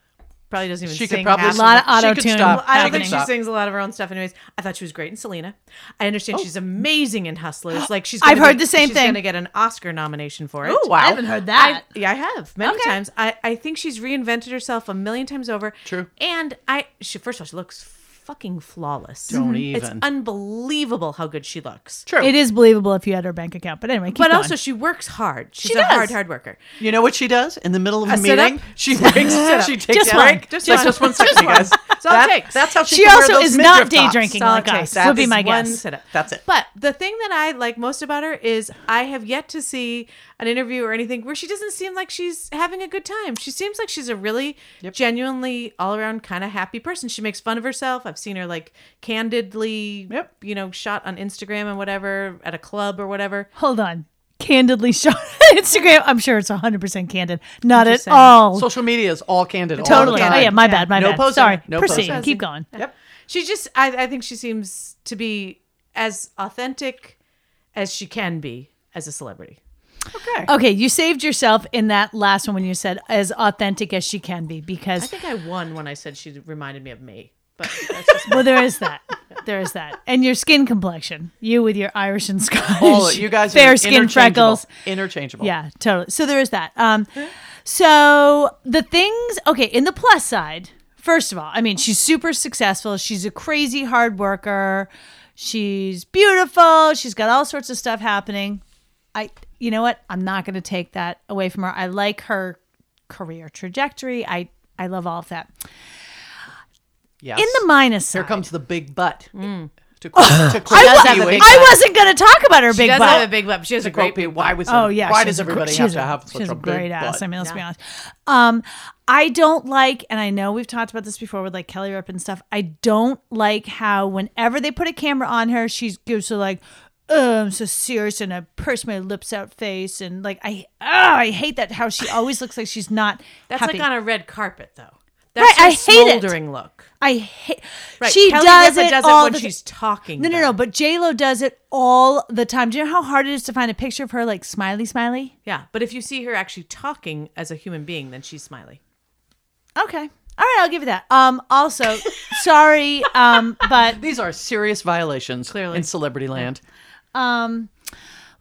S3: probably doesn't even
S1: She
S3: sing
S1: could probably
S3: half
S2: A lot of
S1: she could
S2: auto-tune
S1: stop.
S3: I don't
S1: could
S3: think she
S1: stop.
S3: sings a lot of her own stuff. Anyways, I thought she was great in Selena. I understand
S1: Oh.
S3: she's amazing in Hustlers. Like she's.
S2: I've
S3: gonna
S2: heard
S3: be-
S2: the same
S3: she's
S2: thing.
S3: Going to get an Oscar nomination for it.
S1: Oh wow.
S2: I haven't heard
S3: I,
S2: that.
S3: yeah, I have many
S2: Okay.
S3: times. I, I think she's reinvented herself a million times over.
S1: True.
S3: And I she first of all she looks fucking flawless.
S2: Mm-hmm.
S1: Don't
S3: It's
S1: even.
S3: unbelievable how good she looks.
S1: True.
S2: It is believable if you had her bank account. But anyway, keep
S3: But
S2: going.
S3: also she works hard. She's
S2: She
S3: a
S2: does.
S3: hard hard worker.
S1: You know what she does in the middle of a,
S3: A sit-up?
S1: meeting? She breaks. she takes
S2: Just
S1: a
S2: one.
S1: break.
S3: Just
S1: That's
S3: one.
S1: just one
S3: Just
S1: second,
S3: one.
S1: guys.
S3: That's all it takes.
S1: That's how she.
S2: She
S1: can wear
S2: also
S1: those
S2: is not
S1: midriff
S2: day
S1: tops.
S2: drinking
S3: Solid
S2: like us.
S3: taste.
S2: Would be
S3: That
S2: my
S3: is one
S2: guess.
S3: setup.
S1: That's it.
S3: But the thing that I like most about her is I have yet to see an interview or anything where she doesn't seem like she's having a good time. She seems like she's a really genuinely all around kind of happy person. She makes fun of herself. I've seen her like candidly,
S1: Yep.
S3: you know, shot on Instagram and whatever at a club or whatever.
S2: Hold on. Candidly shot on Instagram. I'm sure it's 100% candid. Not at
S3: saying.
S2: all.
S1: Social media is all candid. All the
S2: totally.
S1: time.
S2: Oh, yeah. My bad. My
S1: No
S2: bad.
S1: posing.
S2: Sorry.
S1: No
S2: Proceed.
S1: posing.
S2: Keep going.
S1: Yep.
S3: She just, I, I think she seems to be as authentic as she can be as a celebrity.
S2: Okay. You saved yourself in that last one when you said as authentic as she can be
S3: I
S2: because,
S3: think I won when I said she reminded me of me. But that's just
S2: well, there is that. There is that. And your skin complexion. You with your Irish and Scottish.
S1: All Oh, you guys. are
S2: Fair skin
S1: interchangeable.
S2: freckles.
S1: Interchangeable.
S2: Yeah, totally. So there is that. Um, so the things okay in the plus side. First of all, I mean she's super successful. She's a crazy hard worker. She's beautiful. She's got all sorts of stuff happening. I, you know what? I'm not going to take that away from her. I like her career trajectory. I I love all of that.
S1: Yes.
S2: In the minus side,
S1: Here comes the Mm. big butt. To quote, to quote
S2: I,
S1: you,
S2: wa- I wasn't going to talk about her big
S3: She does
S2: butt.
S3: have a big butt. She has a
S1: to
S3: great
S1: quote
S3: big
S1: me, why was
S2: Oh yeah.
S1: why
S2: she's
S1: does
S2: a gr-
S1: everybody have
S2: she's
S1: to have such
S2: she's
S1: a, big
S2: great ass?
S1: butt?
S2: I mean, let's be honest. Um, I don't like, and I know we've talked about this before with like Kelly Rip and stuff. I don't like how whenever they put a camera on her, she gives her like, "Oh, I'm so serious," and I purse my lips out face, and like I, oh, I hate that how she always looks like she's not
S3: That's
S2: happy.
S3: like on a red carpet, though. That's
S2: Right,
S3: her
S2: I hate it.
S3: smoldering look.
S2: I hate.
S3: Right.
S2: She
S3: Kelly
S2: does
S3: Ripa
S2: it
S3: does
S2: all
S3: it when
S2: the ti-
S3: she's talking.
S2: No, no,
S3: though.
S2: no. But J Lo does it all the time. Do you know how hard it is to find a picture of her like smiley, smiley?
S3: Yeah, but if you see her actually talking as a human being, then she's smiley.
S2: Okay. All right, I'll give you that. Um. Also, sorry. Um. But
S1: These are serious violations
S3: Clearly.
S1: in celebrity land.
S2: um,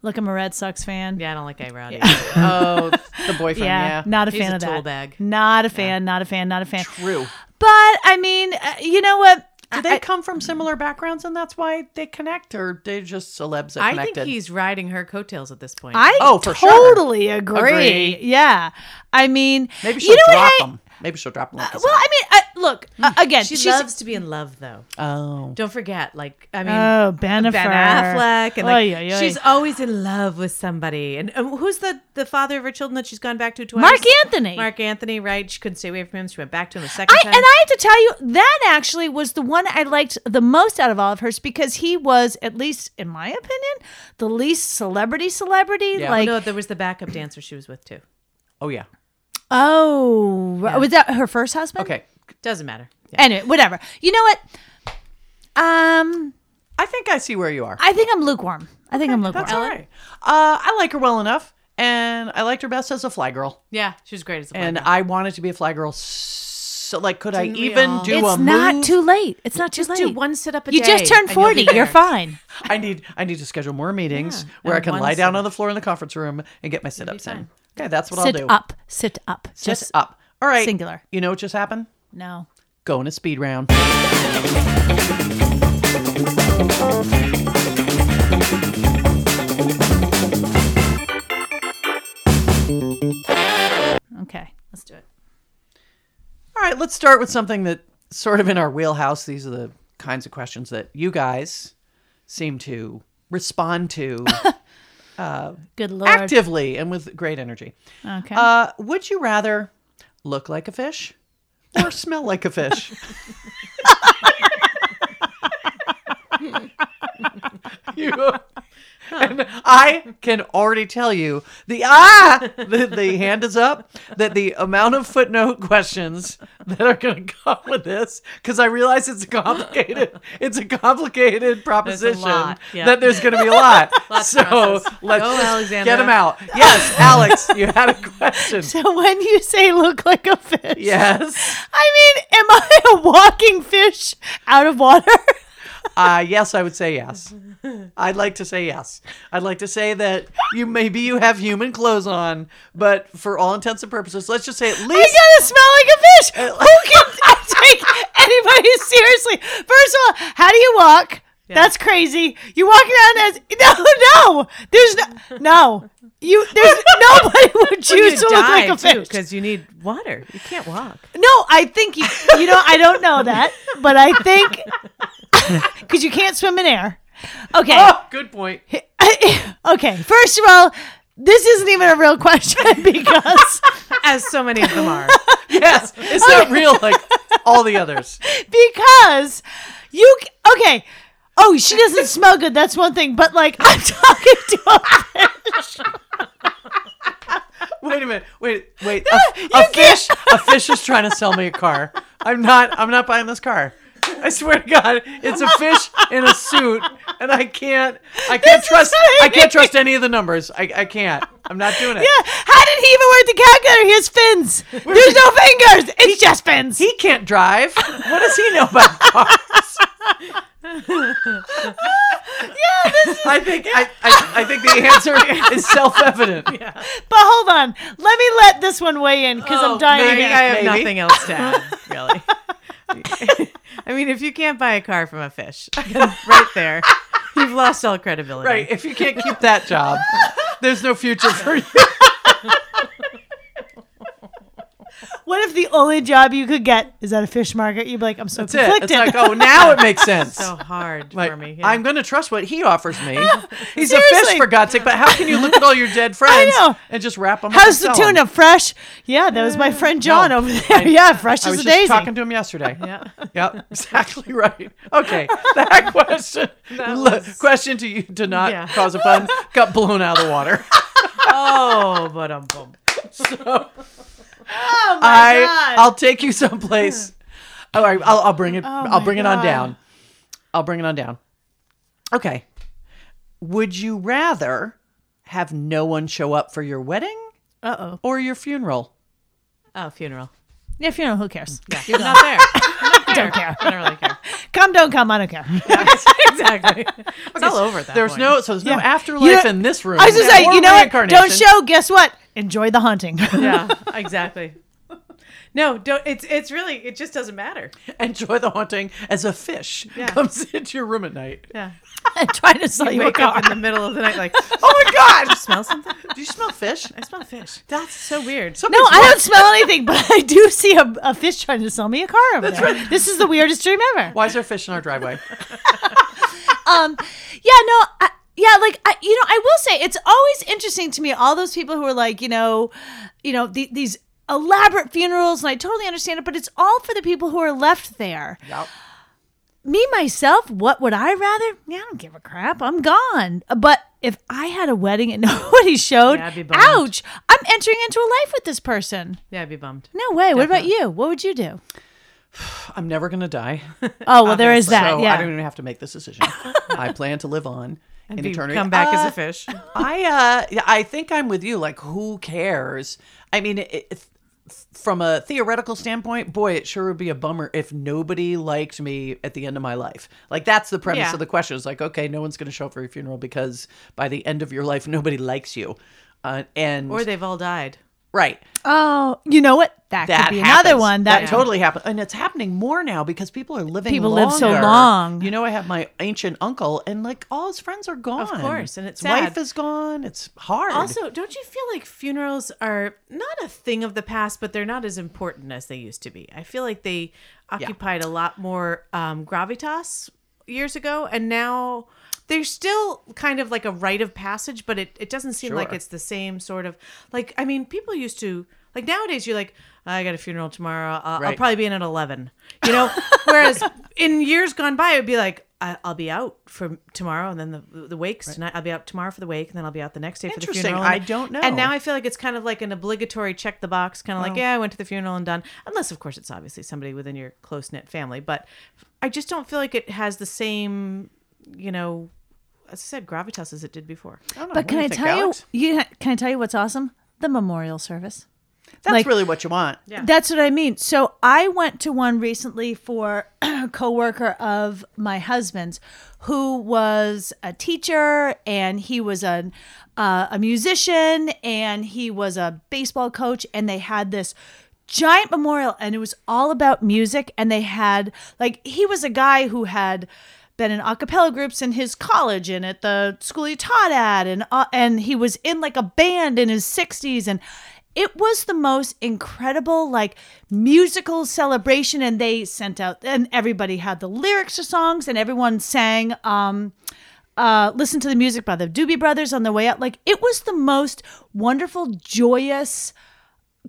S2: look, I'm a Red Sox fan.
S3: Yeah, I don't like A Rod.
S1: Oh, the boyfriend,
S2: Yeah,
S1: yeah.
S2: not a
S3: He's
S2: fan
S3: a
S2: of
S3: tool
S2: that.
S3: bag.
S2: Not a fan. Not a fan. Not a fan.
S1: True.
S2: But I mean, uh, you know what?
S1: Do they come from similar backgrounds and that's why they connect or they just celebs that
S3: I
S1: connected?
S3: think he's riding her coattails at this point.
S2: I
S1: Oh, for sure.
S2: totally agree.
S1: Agree.
S2: Yeah, I mean,
S1: Maybe she'll
S2: you know
S1: drop
S2: what? Uh, I-
S1: him. Maybe she'll drop him. Like
S2: well, I mean, I, look uh, again.
S3: Hmm. she
S2: she's,
S3: loves to be in love, though.
S1: oh,
S3: Don't forget, like I mean,
S2: oh Benifer.
S3: Ben Affleck, and like,
S2: Oy, oy, oy.
S3: she's always in love with somebody. And, and who's the the father of her children that she's gone back to twice?
S2: Mark Anthony.
S3: Mark Anthony, right? She couldn't stay away from him. She went back to him a second
S2: I,
S3: time.
S2: and I have to tell you, that actually was the one I liked the most out of all of hers because he was, at least in my opinion, the least celebrity celebrity.
S1: Yeah.
S2: Like,
S3: no, there was the backup dancer she was with too.
S1: oh yeah.
S2: oh, was that her first husband?
S1: Okay.
S3: Doesn't matter. Yeah.
S2: Anyway, whatever. You know what? Um,
S1: I think I see where you are.
S2: I think I'm lukewarm. I think I'm lukewarm.
S1: That's all right. Uh, I like her well enough, and I liked her best as a fly girl.
S3: Yeah, she was great as a
S1: And
S3: blonde.
S1: I wanted to be a fly girl. So, like, could
S3: Didn't
S1: I
S3: we
S1: even
S3: all?
S1: do
S2: It's
S1: a
S2: not
S1: move?
S2: too late. It's not too
S3: just
S2: late.
S3: do one sit up a
S2: you
S3: day.
S2: just turned
S3: and you'll be
S2: 40. You're
S3: there.
S2: fine.
S1: I need I need to schedule more meetings
S3: Yeah,
S1: where I
S3: and
S1: can
S3: one
S1: lie down
S3: sit-up.
S1: on the floor in the conference room and get my sit ups in.
S3: fine.
S1: Okay, that's what
S2: Sit
S1: I'll do.
S2: up. Sit up.
S1: Just,
S2: Just
S1: up. All right.
S2: singular.
S1: You know what just happened?
S2: no.
S1: Going to speed round.
S2: Okay.
S3: Let's do it.
S1: All right, let's start with something that sort of in our wheelhouse. These are the kinds of questions that you guys seem to respond to
S2: Good lord.
S1: actively and with great energy.
S2: Okay.
S1: Uh, would you rather look like a fish or smell like a fish? you, and I can already tell you the ah the, the hand is up that the amount of footnote questions that are going to come with this because I realize it's a complicated it's a complicated proposition
S3: lot, yeah.
S1: that there's going to be a lot.
S3: Lots
S1: so
S3: to process.
S1: let's
S3: Go,
S1: just
S3: Alexandra.
S1: get them out. Yes, Alex, you had a question.
S2: so when you say look like a fish,
S1: Yes.
S2: I mean, am I a walking fish out of water?
S1: Uh, yes, I would say yes. I'd like to say yes. I'd like to say that you maybe you have human clothes on, but for all intents and purposes, let's just say at
S2: I
S1: least
S2: gotta smell like a fish. Who can take anybody seriously? First of all, how do you walk? That's crazy. You walk around as no, no. There's no, no. You there's nobody would
S3: You
S2: choose to look like a fish.
S3: because you need water. You can't walk.
S2: No, I think you. You know, I don't know that, but I think because you can't swim in air. Okay.
S1: Oh, good point.
S2: okay. First of all, this isn't even a real question because
S3: As so many of them are.
S1: Yes, it's not real like all the others.
S2: because you c- okay. Oh, she doesn't smell good. That's one thing. But like, I'm talking to a fish.
S1: Wait a minute. Wait, wait. A, a fish. A fish is trying to sell me a car. I'm not. I'm not buying this car. I swear to God, it's a fish in a suit, and I can't. I can't trust. I can't trust any of the numbers. I, I can't. I'm not doing it.
S2: Yeah. How did he even work the calculator? He has fins. There's no fingers. It's just fins.
S1: He can't drive. What does he know about cars? yeah, this is, I think I, I, I think the answer is self-evident.
S2: but hold on. Let me let this one weigh in because
S1: Oh,
S2: I'm dying.
S3: Oh, Maybe I
S2: again.
S3: have
S1: Maybe.
S3: nothing else to add, really. I mean, if you can't buy a car from a fish, right there, you've lost all credibility.
S1: Right. If you can't keep that job, there's no future for you.
S2: What if the only job you could get is at a fish market? You'd be like, I'm so
S1: That's it.
S2: conflicted.
S1: It's like, oh, now it makes sense.
S3: So hard
S1: Like,
S3: for me. yeah.
S1: I'm going to trust what he offers me. He's a
S2: Seriously.
S1: fish, for God's sake. But how can you look at all your dead friends
S2: know.
S1: and just wrap them?
S2: How's
S1: up
S2: the
S1: and sell 'em?
S2: tuna fresh? Yeah, that was my friend John
S1: no.
S2: over there. yeah, fresh
S1: I
S2: as
S1: was
S2: a
S1: just
S2: daisy.
S1: talking to him yesterday.
S3: Yeah.
S1: Yep, exactly right. Okay, that question, le- question to you to not
S3: Yeah.
S1: cause a pun, got blown out of the water.
S3: Oh, but um, bum.
S1: So,
S2: Oh my
S1: I I'll take you someplace. All right, I'll, I'll bring it. I'll
S2: Oh my
S1: bring it on
S2: God.
S1: down. I'll bring it on down. Okay. Would you rather have no one show up for your wedding
S2: Uh oh.
S1: or your funeral?
S3: Oh, funeral.
S2: Yeah, if you know, who cares?
S3: You're not there.
S2: I don't care.
S3: I don't really care.
S2: Come, don't come. I don't care.
S3: exactly. It's all over at that.
S1: There's
S3: point.
S1: no so there's no
S2: Yeah.
S1: afterlife
S2: You know-
S1: in this room.
S2: I was just saying,
S1: Or
S2: you know what?
S1: reincarnation.
S2: Don't show. Guess what? Enjoy the haunting.
S3: Yeah, exactly. No, don't. It's it's really it just doesn't matter.
S1: Enjoy the haunting as a fish comes into your room at night.
S3: Yeah.
S2: Trying to sell you a
S3: Wake up
S2: car.
S3: in the middle of the night like,
S1: Oh my god!
S3: smell something?
S1: Do you smell fish?
S3: I smell fish. That's so weird.
S1: Something's
S2: No, I
S1: wrong.
S2: don't smell anything, but I do see a, a fish trying to sell me a car over there. This is the weirdest dream ever.
S1: Why is there fish in our driveway?
S2: um yeah no I, yeah like I, you know i will say it's always interesting to me all those people who are like you know you know the, these elaborate funerals and i totally understand it but it's all for the people who are left there
S1: Yep.
S2: me myself what would i rather yeah i don't give a crap i'm gone but if i had a wedding and nobody showed
S3: Yeah, I'd be bummed.
S2: ouch i'm entering into a life with this person
S3: Yeah, I'd be bummed.
S2: no way what about you what would you do
S1: I'm never gonna die.
S2: oh well there is that
S1: so
S2: yeah
S1: I don't even have to make this decision. I plan to live on in
S3: Be-
S1: eternity. Ah,
S3: come back as a fish.
S1: I uh, yeah, I think I'm with you. Like, who cares? I mean, it, it- from a theoretical standpoint, boy, it sure would be a bummer if nobody liked me at the end of my life. Like, that's the premise
S3: Yeah.
S1: of the question. It's like, okay, no one's going to show up for your funeral because by the end of your life, nobody likes you. Uh, and
S3: Or they've all died.
S1: right,
S2: oh you know what that,
S1: that
S2: could be
S1: happens.
S2: another one that,
S1: totally happens, and it's happening more now because people are living.
S2: People live so
S1: longer.
S2: long.
S1: You know, I have my ancient uncle, and like all his friends are gone.
S3: course, and it's
S1: his wife
S3: sad.
S1: is gone. It's hard.
S3: Also, don't you feel like funerals are not a thing of the past, but they're not as important as they used to be? I feel like they occupied a lot more um, gravitas years ago, and now they're still kind of like a rite of passage, but it, it doesn't seem like
S1: Sure.
S3: it's the same sort of like, I mean, people used to. Like nowadays, you're like, I got a funeral tomorrow. I'll, I'll
S1: Right.
S3: probably be in at 11. You know? Whereas in years gone by, it would be like, I, I'll be out for tomorrow and then the, the wakes tonight. I'll be out tomorrow for the wake and then I'll be out the next day for the
S1: Interesting.
S3: funeral.
S1: I
S3: And-
S1: don't know.
S3: And now I feel like it's kind of like an obligatory check the box, kind of like, yeah, I went to the funeral and done. Unless, of course, it's obviously somebody within your close knit family. But I just don't feel like it has the same, you know, as I said, gravitas as it did before.
S1: I don't know.
S2: But
S1: What
S2: can
S1: do
S2: I
S1: think,
S2: tell you,
S1: Alex?
S2: you? Can I tell you what's awesome? The memorial service.
S1: That's
S2: like-
S1: really what you want.
S3: Yeah.
S2: That's what I mean. So I went to one recently for a coworker of my husband's, who was a teacher and he was an, uh, a musician and he was a baseball coach, and they had this giant memorial, and it was all about music, and they had like he was a guy who had been in a cappella groups in his college and at the school he taught at and uh, and he was in like a band in his 60s and it was the most incredible like musical celebration and they sent out and everybody had the lyrics to songs and everyone sang um uh, listen to the music by the Doobie Brothers on the way out. Like it was the most wonderful, joyous,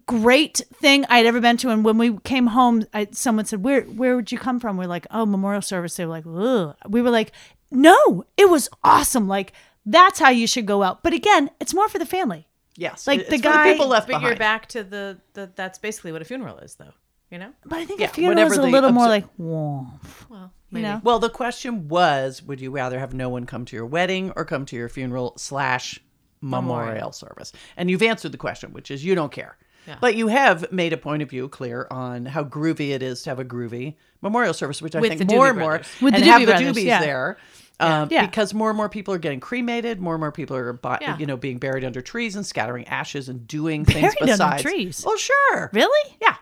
S2: great thing I had ever been to. And when we came home, I, someone said, "Where where would you come from?" We're like, "Oh, memorial service." They were like, Ugh. "We were like, no, it was awesome. Like that's how you should go out." But again, it's more for the family.
S1: Yes.
S2: Like
S1: It's
S2: the
S1: for
S2: guy-
S1: people left
S3: But
S1: behind.
S3: you're back to the, the that's basically what a funeral is, though. You know?
S2: But I think
S1: Yeah,
S2: a funeral
S1: whatever
S2: is a
S1: the
S2: little more
S1: obser-
S2: like warmth.
S3: Well,
S2: You know,
S1: Well, the question was, would you rather have no one come to your wedding or come to your funeral slash memorial, service? And you've answered the question, which is you don't care. But you have made a point of view clear on how groovy it is to have a groovy memorial service, which I
S3: With
S1: think
S3: the
S1: more
S3: Doobie
S1: and more
S3: Brothers.
S2: With the
S1: and have
S2: Doobie
S1: the
S2: Brothers,
S1: doobies
S2: yeah.
S1: there. Um,
S2: Yeah.
S1: Because more and more people are getting cremated, more and more people are, bu-
S3: Yeah.
S1: you know, being buried under trees and scattering ashes and doing things
S2: Buried under
S1: besides
S2: trees?
S1: Well, sure,
S2: really? Oh,
S1: yeah.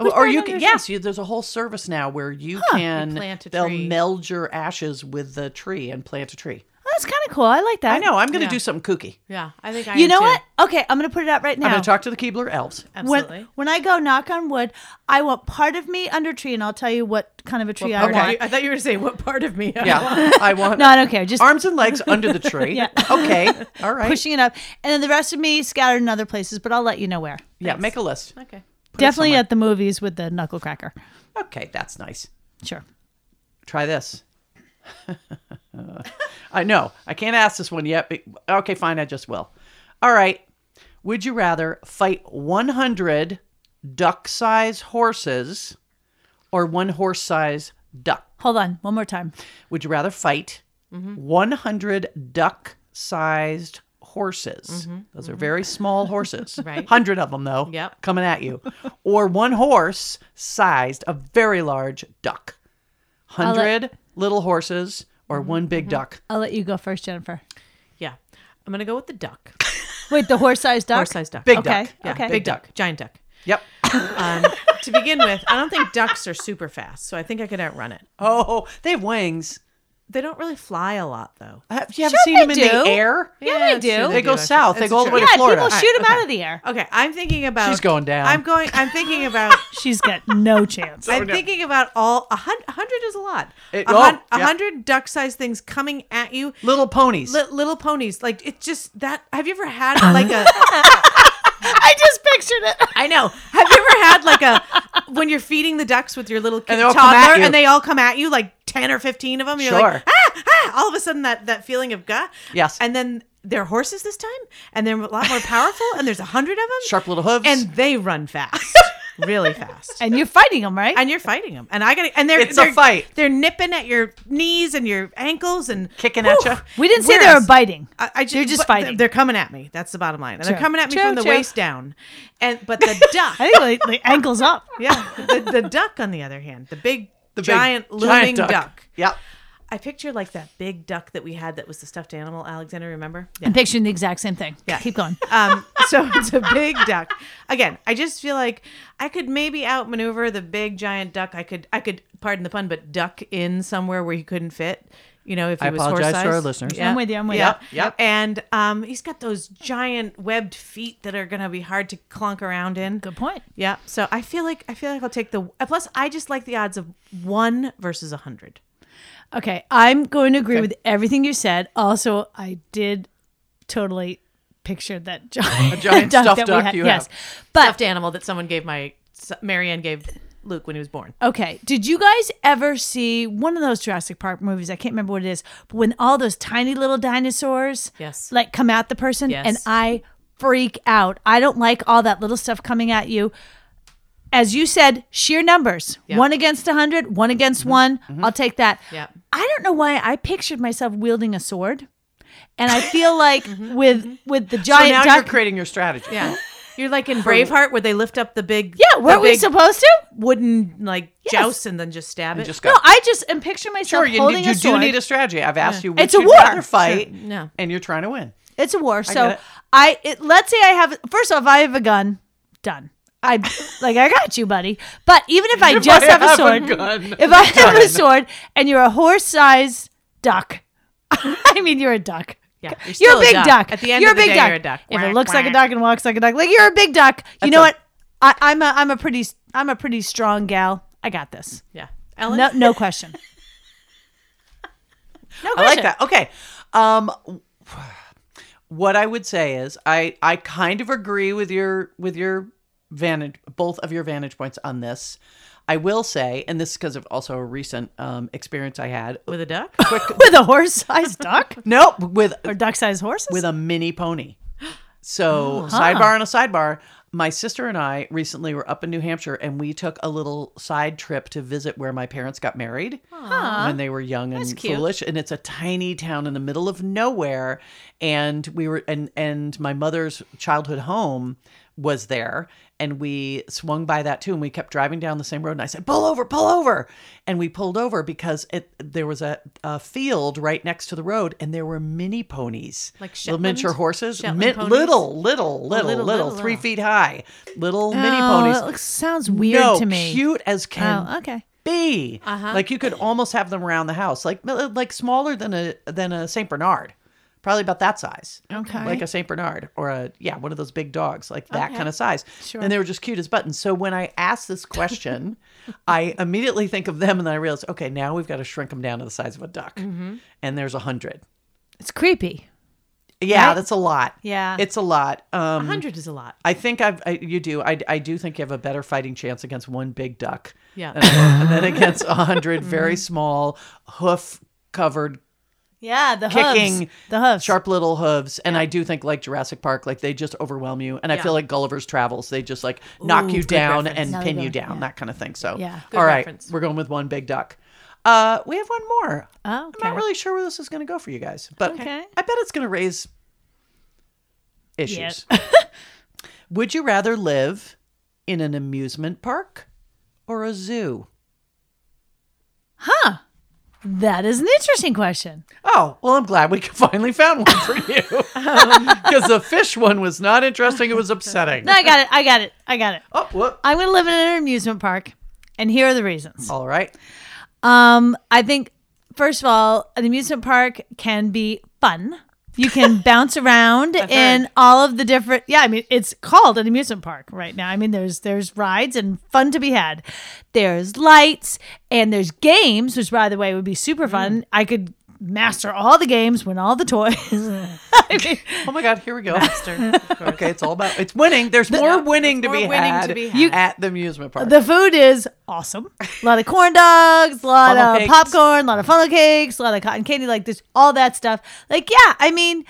S1: or
S2: buried
S1: you
S2: under
S1: can
S2: a
S1: yes, you, there's a whole service now where you can
S3: plant a
S1: they'll
S3: tree.
S1: meld your ashes with the tree and plant a tree.
S2: That's kind of cool. I like that.
S1: I know I'm going to
S3: Yeah.
S1: do something kooky.
S3: Yeah, I think I
S2: You
S3: am,
S2: know
S3: too.
S2: what? Okay, I'm gonna put it out right now.
S1: I'm going to talk to the Keebler elves.
S3: Absolutely.
S2: When, when I go knock on wood, I want part of me under a tree, and I'll tell you what kind of a tree I
S3: Part of
S2: want.
S3: you- I thought you were going to say what part of me. I want.
S1: Yeah, I want
S2: No, I don't care. Just
S1: arms and legs under the tree. Okay, all right.
S2: pushing it up, and then the rest of me scattered in other places. But I'll let you know where.
S1: yeah, make a list.
S3: Okay.
S2: Definitely at the movies with the knuckle cracker.
S1: Okay, that's nice.
S2: Sure.
S1: Try this. I know I can't ask this one yet, but okay, fine. I just will. All right. Would you rather fight 100 duck size horses or one horse size duck?
S2: Hold on, one more time.
S1: Would you rather fight
S3: Mm-hmm.
S1: 100 duck sized horses? Those are very small horses.
S3: Mm-hmm. Right.
S1: 100 of them, though,
S3: Yep.
S1: coming at you. or one horse sized, a very large duck. 100
S2: let-
S1: little horses
S3: Mm-hmm.
S1: or one big duck.
S2: I'll let you go first, Jennifer.
S3: Yeah. I'm gonna go with the duck.
S2: Wait, the horse-sized duck.
S3: Horse-sized duck.
S1: Big
S2: Okay.
S1: duck.
S3: Yeah,
S2: okay.
S3: big duck, giant duck.
S1: Yep.
S3: Um, to begin with, I don't think ducks are super fast, so I think I could outrun it.
S1: Oh, they have wings.
S3: They don't really fly a lot, though.
S1: Have- You haven't seen
S2: they
S1: them in the
S2: do.
S1: air?
S2: Yeah, they
S3: it's true,
S2: do.
S1: They go
S3: actually.
S1: south. They
S3: It's
S1: go all the
S3: true.
S1: way to
S2: Yeah,
S1: Florida.
S2: people shoot them
S3: okay.
S2: out of the air.
S3: Okay, I'm thinking about.
S1: She's going down.
S3: I'm going. I'm thinking about.
S2: She's got no chance.
S3: I'm thinking about all a hun- a hundred is a lot.
S1: It-
S3: a hun-
S1: oh,
S3: a
S1: yeah.
S3: hundred duck-sized things coming at you,
S1: Little ponies.
S3: li- little ponies. Like it's just that. Have you ever had like a?
S2: I just pictured it.
S3: I know. Have you ever had like a when you're feeding the ducks with your little kid,
S1: they all come at
S3: toddler
S1: you.
S3: and they all come at you like ten or fifteen of them? You're
S1: Sure.
S3: like, ah, ah, all of a sudden that that feeling of gut.
S1: Yes.
S3: And then they're horses this time, and they're a lot more powerful, and there's a hundred of them.
S1: Sharp little hooves.
S3: And they run fast, really fast.
S2: And you're fighting them, right?
S3: And you're fighting them, and I got to and they're
S1: It's a
S3: they're-
S1: fight.
S3: They're nipping at your knees and your ankles and
S1: Kicking at ya.
S2: we didn't say they were
S3: Whereas-
S2: biting.
S3: I, I just,
S2: They're just
S3: but
S2: fighting.
S3: They're coming at me. That's the bottom line. And they're
S2: True.
S3: coming at me
S2: True,
S3: from the
S2: true.
S3: waist down. And but the duck,
S2: I think the, the ankles up.
S3: yeah, the, the duck on the other hand, the big,
S1: The big
S3: giant, looming duck.
S1: Yep.
S3: I picture like that big duck that we had that was the stuffed animal. Alexander, remember?
S2: I'm picturing the exact same thing.
S3: Yeah.
S2: Keep going.
S3: Um, so it's a big duck. Again, I just feel like I could maybe outmaneuver the big giant duck. I could, I could, pardon the pun, but duck in somewhere where he couldn't fit. You know, if he
S1: I
S3: was
S1: apologize to
S3: horse-sized.
S1: our listeners.
S2: I'm with you, I'm with you.
S3: Yep.
S1: Yep.
S3: And um, he's got those giant webbed feet that are gonna be hard to clunk around in.
S2: Good point.
S3: Yeah. So I feel like I feel like I'll take the uh, plus. I just like the odds of one versus a hundred.
S2: Okay, I'm going to agree with everything you said. Also, I did totally picture that giant,
S1: giant stuffed duck you
S2: yes,
S1: have.
S2: but
S3: Stuffed animal that someone gave my Marianne gave Luke when he was born.
S2: Okay. Did you guys ever see one of those Jurassic Park movies? I can't remember what it is, but when all those tiny little dinosaurs
S3: Yes.
S2: like come at the person
S3: Yes.
S2: and I freak out. I don't like all that little stuff coming at you. As you said, sheer numbers. One against a hundred, one
S1: Mm-hmm.
S2: against one. I'll take that.
S3: Yeah.
S2: I don't know why I pictured myself wielding a sword. And I feel like with with the
S1: Mm-hmm. So
S2: giant
S1: now you're
S2: duck
S1: creating your strategy.
S3: Yeah. You're like in Braveheart where they lift up the big
S2: Yeah,
S3: the
S2: weren't we
S3: big
S2: supposed to?
S3: wooden like
S2: Yes.
S3: joust and then just stab it.
S1: Just go.
S2: No, I just am picturing
S1: sure,
S2: myself
S1: you,
S2: holding
S1: need, you
S2: a sword.
S1: do need a strategy. I've asked you. Which
S2: It's a
S1: you'd
S2: war.
S1: rather Fight.
S3: Sure. Yeah.
S1: And you're trying to win.
S2: It's a war. So
S1: it.
S2: I, it, let's say I have first off, I have a gun. Done. I like I got you, buddy. But even if I just
S1: I
S2: have, a
S1: have a
S2: sword,
S1: gun.
S2: if I have a sword, and you're a horse-sized duck, I mean you're a duck.
S3: Yeah,
S2: you're,
S3: you're still
S2: a big duck.
S3: At the end
S2: you're
S3: of the
S2: a big
S3: day,
S2: duck.
S3: you're a duck.
S2: If
S3: Quack,
S2: it looks like a
S3: quack.
S2: duck and walks like a duck, like you're a big duck. you know
S1: a-
S2: what? I, I'm a I'm a pretty I'm a pretty strong gal. I got this.
S3: Yeah. Ellen?
S2: No no question. No question.
S1: I like that. Okay. Um, what I would say is I I kind of agree with your with your vantage both of your vantage points on this. I will say, and this is because of also a recent um, experience I had.
S3: With a duck?
S2: With a horse-sized duck
S1: Nope, with
S2: or duck-sized horses.
S1: with a mini pony.
S3: Oh,
S1: So sidebar on a sidebar. My sister and I recently were up in New Hampshire, and we took a little side trip to visit where my parents got married when they were young and
S3: cute.
S1: foolish. And it's a tiny town in the middle of nowhere. And we were and and my mother's childhood home was there, and we swung by that too. And we kept driving down the same road, and I said, "Pull over, pull over!" And we pulled over because it there was a, a field right next to the road, and there were mini ponies,
S3: Like
S1: little miniature
S3: Shetland?
S1: horses,
S3: Shetland
S1: min-
S3: ponies?
S1: little, little, little, little,
S3: little, little,
S1: three
S3: little.
S1: feet high, little mini
S2: Oh,
S1: ponies.
S2: That looks, sounds weird
S1: no,
S2: to me.
S1: cute as can
S2: Oh, okay. Uh-huh.
S1: be. Like you could almost have them around the house, like like smaller than a than a Saint Bernard, probably about that size.
S2: Okay.
S1: like a Saint Bernard or a yeah one of those big dogs, like that
S3: Okay.
S1: kind of size. Sure. And they were just cute as buttons. So when I asked this question, I immediately think of them, and then I realize, okay, now we've got to shrink them down to the size of a duck,
S2: Mm-hmm.
S1: and there's a hundred.
S2: It's creepy.
S1: Yeah,
S2: Right?
S1: that's a lot.
S2: Yeah.
S1: it's a lot. Um,
S3: A hundred is a lot.
S1: I think I've I, you do I, I do think you have a better fighting chance against one big duck.
S3: Yeah.
S1: than- than against a hundred very small hoof covered
S2: Yeah, the
S1: kicking
S2: hooves. The hooves.
S1: sharp little hooves. And I do think like Jurassic Park, like they just overwhelm you. And I
S3: Yeah.
S1: feel like Gulliver's Travels, they just like knock you down
S3: reference.
S1: and
S2: Another
S1: pin you
S2: good-
S1: down,
S2: yeah.
S1: that kind of thing. So
S2: Yeah.
S1: all right,
S3: reference.
S1: we're going with one big duck. Uh, we have one more.
S2: Oh, okay.
S1: I'm not really sure where this is going to go for you guys, but
S2: Okay.
S1: I bet it's going to raise issues. Would you rather live in an amusement park or a zoo?
S2: That is an interesting question.
S1: Oh, well, I'm glad we finally found one for you. Because the fish one was not interesting. It was upsetting.
S2: No, I got it. I got it. I got it.
S1: Oh, whoop.
S2: I'm going to live in an amusement park, and here are the reasons.
S1: All right.
S2: Um, I think first of all, an amusement park can be fun. You can bounce around in all of the different. Yeah, I mean, it's called an amusement park right now. I mean, there's there's rides and fun to be had. There's lights and there's games, which by the way would be super fun. I could master all the games, win all the toys. I mean,
S1: Oh my God, here we go. okay, it's all about it's winning. There's more winning to
S3: more
S1: be
S3: winning to
S1: had
S3: be had.
S1: You- at the amusement park.
S2: The food is awesome. A lot of corn dogs, a lot
S1: Funnel
S2: of
S1: cakes.
S2: popcorn, a lot of funnel cakes, a lot of cotton candy, like this, all that stuff. Like, yeah, I mean,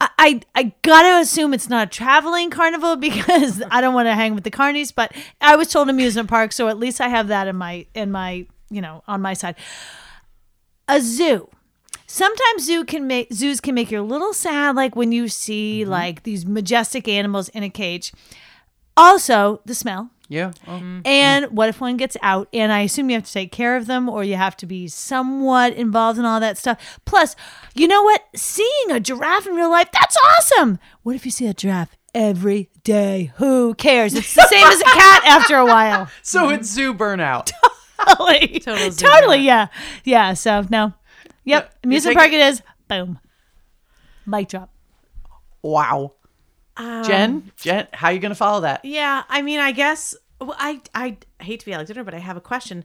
S2: I, I, I gotta assume it's not a traveling carnival because I don't want to hang with the carnies. But I was told amusement park, so at least I have that in my in my you know on my side. A zoo sometimes zoo can make zoos can make you a little sad like when you see
S1: Mm-hmm.
S2: like these majestic animals in a cage also the smell
S1: yeah. Oh.
S2: and what if one gets out and i assume you have to take care of them or you have to be somewhat involved in all that stuff plus you know what seeing a giraffe in real life that's awesome what if you see a giraffe every day who cares it's the same as a cat after a while
S1: So it's zoo burnout.
S2: totally
S3: Total zoo
S2: totally yeah yeah so no yep
S1: you
S2: amusement
S1: take
S2: park it is boom mic drop
S1: Wow. Jen, Jen, how you going to follow that?
S3: Yeah, I mean, I guess well, I I hate to be Alexander, but I have a question.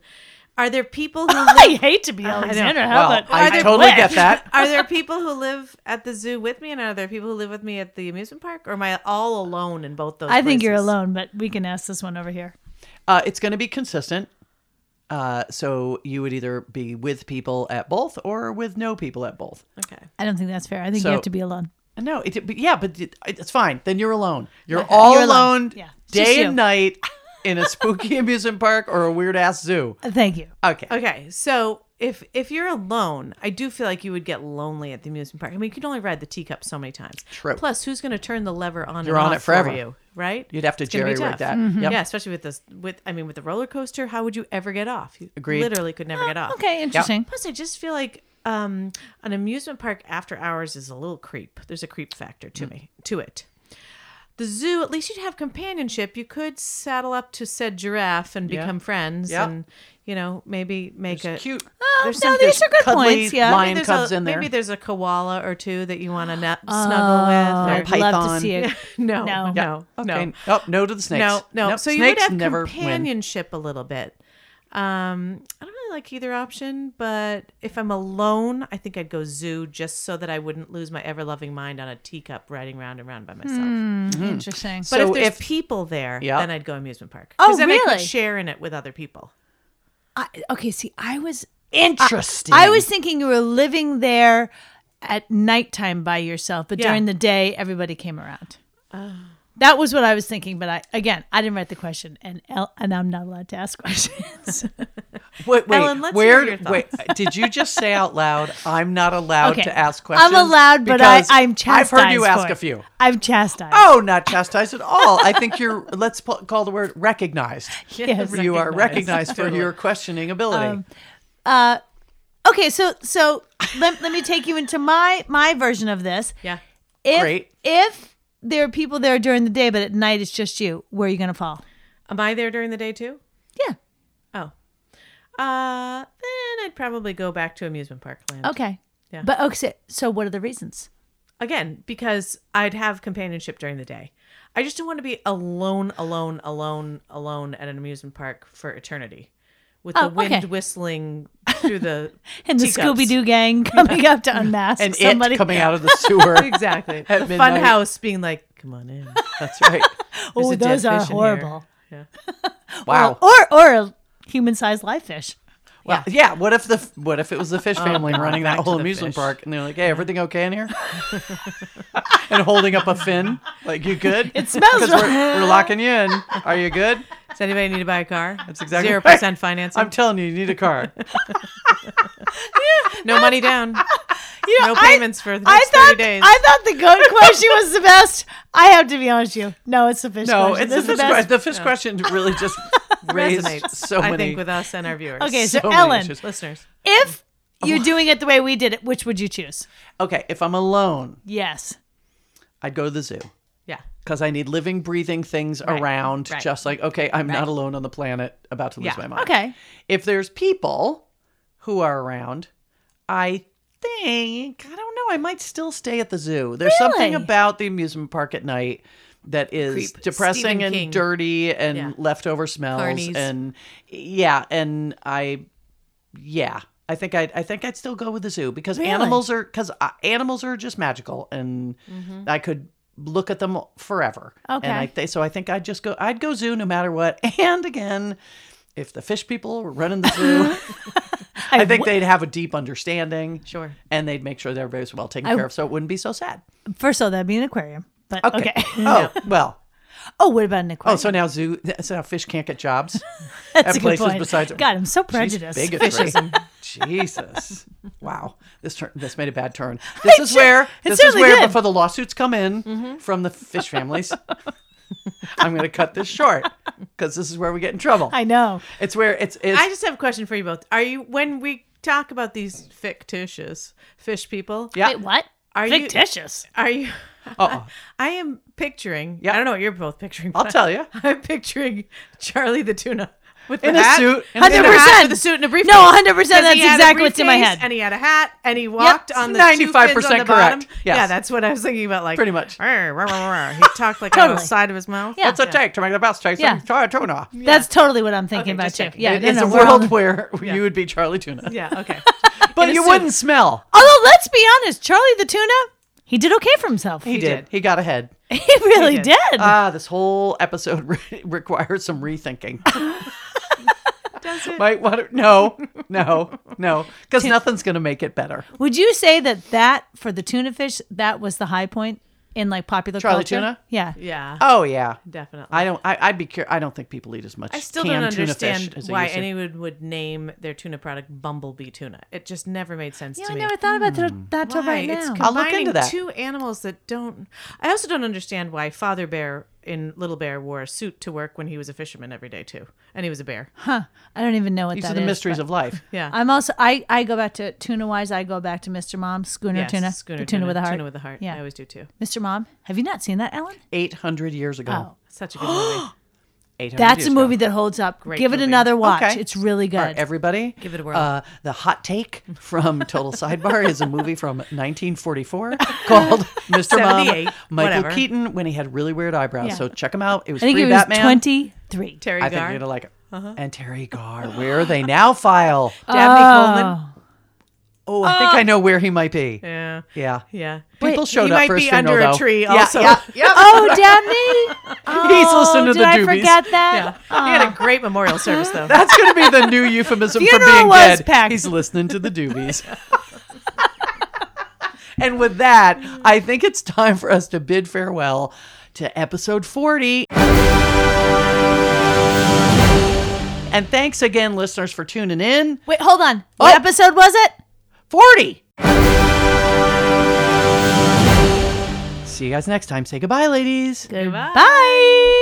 S3: Are there people who
S2: i
S3: live,
S2: hate to be alexander how
S1: well,
S2: about
S1: I
S3: there
S1: totally
S2: quick?
S1: get that.
S3: are there people who live at the zoo with me, and are there people who live with me at the amusement park, or am I all alone in both those?
S2: i think you're
S3: places?
S2: alone but we can ask this one over here
S1: Uh, it's going to be consistent. Uh, so you would either be with people at both or with no people at both.
S3: Okay.
S2: i don't think that's fair i think
S1: So-
S2: you have to be alone
S1: No, it, but yeah, but it, it's fine. Then you're alone. You're all
S2: You're
S1: alone,
S2: alone. Yeah. It's just
S1: day
S2: you.
S1: and night in a spooky amusement park or a weird ass zoo.
S2: Uh, thank you
S1: Okay.
S3: Okay, so if if you're alone, I do feel like you would get lonely at the amusement park. I mean, you can only ride the teacup so many times.
S1: True.
S3: Plus, who's going to turn the lever on?
S1: You're
S3: and
S1: on
S3: off
S1: it forever.
S3: For you, right?
S1: You'd have to
S3: It's gonna be
S1: jerry rig
S3: tough.
S1: that. Yep.
S3: Yeah, especially with this. With I mean, with the roller coaster, how would you ever get off? You
S1: Agreed. Uh,
S3: literally could never get off.
S2: okay interesting
S3: Plus, I just feel like um, an amusement park after hours is a little creep. There's a creep factor
S1: Hmm.
S3: to me to it. The zoo, at least you'd have companionship. You could saddle up to said giraffe and
S1: Yeah.
S3: become friends,
S1: Yeah.
S3: and you know maybe make
S1: It's
S3: a
S1: cute.
S2: Oh, no,
S3: some-
S2: these
S1: there's
S2: are good
S1: cuddly
S2: points. Yeah,
S1: lion
S3: there's
S1: cubs
S3: a,
S1: in there.
S3: Maybe there's a koala or two that you want to nu-
S2: Oh,
S3: snuggle with.
S2: I'd love
S1: python.
S2: to see it.
S3: Or, no,
S2: No.
S3: no, no,
S1: Okay.
S3: no,
S1: Oh, no to the snakes.
S3: no, no.
S1: Nope,
S3: So you would
S1: snakes
S3: have
S1: never win.
S3: companionship a little bit. Um, I don't really like either option, but if I'm alone, I think I'd go zoo just so that I wouldn't lose my ever loving mind on a teacup riding round and round by myself.
S2: Mm-hmm. Interesting.
S3: But
S1: Hmm. So
S3: if there's
S1: if-
S3: people there,
S1: Yeah.
S3: then I'd go amusement park.
S2: Oh,
S3: 'Cause then I
S2: really?
S3: could share in it with other people.
S2: I, okay, see, I was
S1: Interesting.
S2: I was thinking you were living there at nighttime by yourself, but
S3: Yeah.
S2: during the day everybody came around.
S1: Uh.
S2: That was what I was thinking, but I again I didn't write the question, and El, and I'm not allowed to ask questions.
S1: Wait, wait.
S3: Ellen, let's
S1: where?
S3: hear your
S1: wait. Did you just say out loud? I'm not allowed
S2: Okay.
S1: to ask questions.
S2: I'm allowed, but I,
S1: Because
S2: I'm chastised.
S1: I've heard you
S2: for
S1: ask
S2: it.
S1: a few.
S2: I'm chastised.
S1: Oh, not chastised at all. I think you're. Let's p- call the word recognized.
S2: Yes.
S1: You are recognized for your questioning ability.
S2: Okay, so so let, let me take you into my my version of this.
S3: Yeah.
S2: If
S1: Great.
S2: if there are people there during the day, but at night it's just you, where are you gonna fall?
S3: Am I there during the day too?
S2: Yeah.
S3: Oh. Uh, then I'd probably go back to amusement park land.
S2: Okay.
S3: Yeah.
S2: But okay, so- so what are the reasons?
S3: Again, because I'd have companionship during the day. I just don't want to be alone, alone, alone, alone at an amusement park for eternity with
S2: Oh,
S3: the wind
S2: okay.
S3: whistling through the
S2: And the
S3: teacups.
S2: Scooby Doo gang coming up to unmask
S1: and
S2: somebody.
S1: it coming out of the sewer.
S3: Exactly.
S1: At
S3: the fun
S1: midnight.
S3: house being like, come on in.
S1: That's right.
S2: oh,
S3: a dead
S2: those are
S3: fish in here.
S2: horrible.
S1: Wow.
S2: Or or a human sized live fish.
S1: Well, yeah. What if the what if it was the fish family running
S4: back
S1: that
S4: to
S1: whole
S4: the
S1: amusement
S4: fish.
S1: park and they're like, "Hey, everything okay in here?" and holding up a fin, like, "You good?" It
S2: smells
S1: We're, we're locking you in. Are you good?
S3: Does anybody need to buy a car? That's
S1: exactly
S3: zero
S1: right.
S3: percent financing.
S1: I'm telling you, you need a car.
S3: no money down.
S2: You
S3: No
S2: I-
S3: payments for the
S2: I
S3: next
S2: thought,
S3: 30 days.
S2: I thought the goat question was the best. I have to be honest with you. No, it's the fish
S1: No,
S2: question.
S1: it's
S2: This
S1: the fish.
S2: is the
S1: que-
S2: best.
S1: the fish question really just raised
S3: Resonates.
S1: so many.
S3: I think with us and our viewers.
S2: Okay, so,
S1: so many
S2: Ellen,
S1: issues.
S3: listeners.
S2: if you're doing it the way we did it, which would you choose?
S1: okay, if I'm alone,
S2: Yes.
S1: I'd go to the zoo.
S3: Yeah.
S1: because I need living, breathing things around.
S3: right.
S1: Just like, okay, I'm not alone on the planet, about to lose
S3: Yeah,
S1: my mind.
S2: okay.
S1: If there's people who are around, I think, I don't know, I might still stay at the zoo. There's something
S2: Really?
S1: about the amusement park at night that is
S3: Creep.
S1: depressing
S3: Stephen
S1: and
S3: King.
S1: dirty and
S3: Yeah.
S1: leftover smells
S3: Carnies.
S1: and yeah, and I yeah. I think I I think I'd still go with the zoo because animals are cuz animals are just magical and
S3: Mm-hmm.
S1: I could look at them forever.
S2: Okay.
S1: And I th- so I think I'd just go I'd go zoo no matter what. And again, if the fish people were running the zoo, I think they'd have a deep understanding.
S3: Sure.
S1: And they'd make sure that everybody's well taken care of so it wouldn't be so sad.
S2: First of all, that'd be an aquarium. But okay.
S1: Oh, well.
S2: Oh, what about an aquarium?
S1: Oh, so now zoo so now fish can't get jobs.
S2: That's
S1: at places besides-
S2: God, I'm so
S1: She's
S2: prejudiced.
S1: bigotry. Jesus. Wow. This turn this made a bad turn. This is where this is
S2: certainly
S1: where
S2: did. Mm-hmm.
S1: before the lawsuits come in from the fish families. I'm going to cut this short because this is where we get in trouble.
S2: I know.
S1: it's where it's it's
S3: I just have a question for you both. Are you when we talk about these fictitious fish people?
S1: Yeah.
S2: Wait, what?
S3: Are you-
S2: Fictitious.
S3: Are you?
S1: Uh-oh.
S3: I am picturing.
S1: Yeah.
S3: I don't know what you're both picturing.
S1: I'll
S3: but
S1: tell you.
S3: I'm picturing Charlie the tuna with
S1: In
S3: the
S1: a
S3: hat,
S1: suit, in
S3: in
S1: a
S3: a hat,
S2: 100%.
S3: with a suit and a briefcase.
S2: No, 100%.
S3: 'Cause
S2: That's
S3: he had a
S2: exactly what's in my
S3: briefcase,
S2: head.
S3: And he had a hat, and he walked on the two fins on
S1: 95%
S3: the bottom.
S1: correct. Yes.
S3: Yeah, that's what I was thinking about. Like
S1: Pretty much.
S3: "Rrr, rrr, rrr, rrr." He talked like on
S2: Totally.
S3: the side of his mouth.
S2: Yeah.
S1: What's it take to make the best taste?
S2: Yeah.
S1: Yeah. Try a tuna.
S2: That's totally what I'm thinking
S3: Okay,
S2: about
S3: just
S2: too.
S3: checking.
S2: Yeah,
S1: It-
S2: no,
S1: it's
S2: no,
S1: a
S2: we're
S1: world
S2: on-
S1: where
S3: Yeah.
S1: you would be Charlie Tuna.
S3: Yeah. Okay.
S1: But
S3: In a
S1: you
S3: suit.
S1: wouldn't smell.
S2: Although let's be honest, Charlie the tuna, he did okay for himself.
S1: He,
S2: He,
S1: did.
S3: did.
S1: He got ahead.
S2: really
S3: did. Uh,
S2: did.
S1: Ah, this whole episode re- requires some rethinking.
S3: Does it?
S1: Might want to no, no, no, because nothing's going to make it better.
S2: Would you say that that for the tuna fish that was the high point in like popular
S1: Charlie
S2: culture?
S1: tuna?
S2: Yeah.
S3: yeah.
S1: Oh yeah,
S3: Definitely.
S1: I don't. I, I'd be curious. I don't think people eat as much.
S3: I still don't
S1: canned tuna fish
S3: understand
S1: as they
S3: why
S1: used to.
S3: anyone would name their tuna product Bumblebee tuna. It just never made sense
S2: Yeah,
S3: to
S2: I
S3: me.
S2: never thought about that, that till
S3: Hmm. Why?
S2: right
S3: It's
S2: now.
S1: I'll look
S3: combining
S1: into that.
S3: two animals that don't. I also don't understand why Father Bear in Little Bear wore a suit to work when he was a fisherman every day too, and he was a bear.
S2: huh. I don't even know what
S1: These
S2: that
S1: are
S2: is.
S1: the mysteries
S2: but-
S1: of life.
S3: Yeah,
S2: I'm also I, I go back to tuna wise, I go back to Mr. Mom, schooner
S3: Yes,
S2: tuna.
S3: schooner
S2: the tuna, with a heart.
S3: Tuna with a heart.
S2: Yeah.
S3: I always do too.
S2: Mr. Mom, have you not seen that, Ellen?
S1: Eight hundred years ago.
S2: Oh.
S3: Such a good movie.
S1: 800
S2: That's
S1: years
S2: a
S1: ago.
S2: movie that holds up. Give it
S3: movie.
S2: another watch.
S1: Okay.
S2: It's really good.
S1: All right, everybody,
S3: Give it a whirl.
S1: Uh, the hot take from Total Sidebar is a movie from 1944 called Mr. Mom.
S3: 78,
S1: Michael
S3: whatever.
S1: Keaton when he had really weird eyebrows.
S2: Yeah.
S1: So check him out. It was
S2: I think
S1: pre
S2: it was
S1: Batman.
S2: twenty three.
S3: Terry Uh-huh.
S1: I think
S3: Garr,
S1: you're gonna like it. And Terry Garr, where are they now? File.
S3: Dabney Coleman. Uh,
S1: Oh, I think I know where he might be.
S3: Yeah,
S1: Yeah.
S3: yeah.
S1: People showed
S3: he
S1: up
S3: might
S1: for his
S3: be
S1: funeral,
S3: under a
S1: though.
S3: tree
S1: Yeah,
S3: also. Oh,
S1: yeah, yeah.
S2: Oh, Dabney!
S1: He's listening to
S2: did
S1: the
S2: I
S1: doobies.
S2: forget that?
S3: yeah. He had a great memorial service though.
S1: That's going to be the new euphemism for
S2: Funeral
S1: being
S2: was
S1: dead.
S2: packed.
S1: He's listening to the doobies. and with that, I think it's time for us to bid farewell to episode 40. And thanks again, listeners, for tuning in.
S2: Wait, hold on. What
S1: Oh.
S2: episode was it?
S1: 40. See you guys next time. Say goodbye, ladies.
S3: Goodbye.
S2: Bye.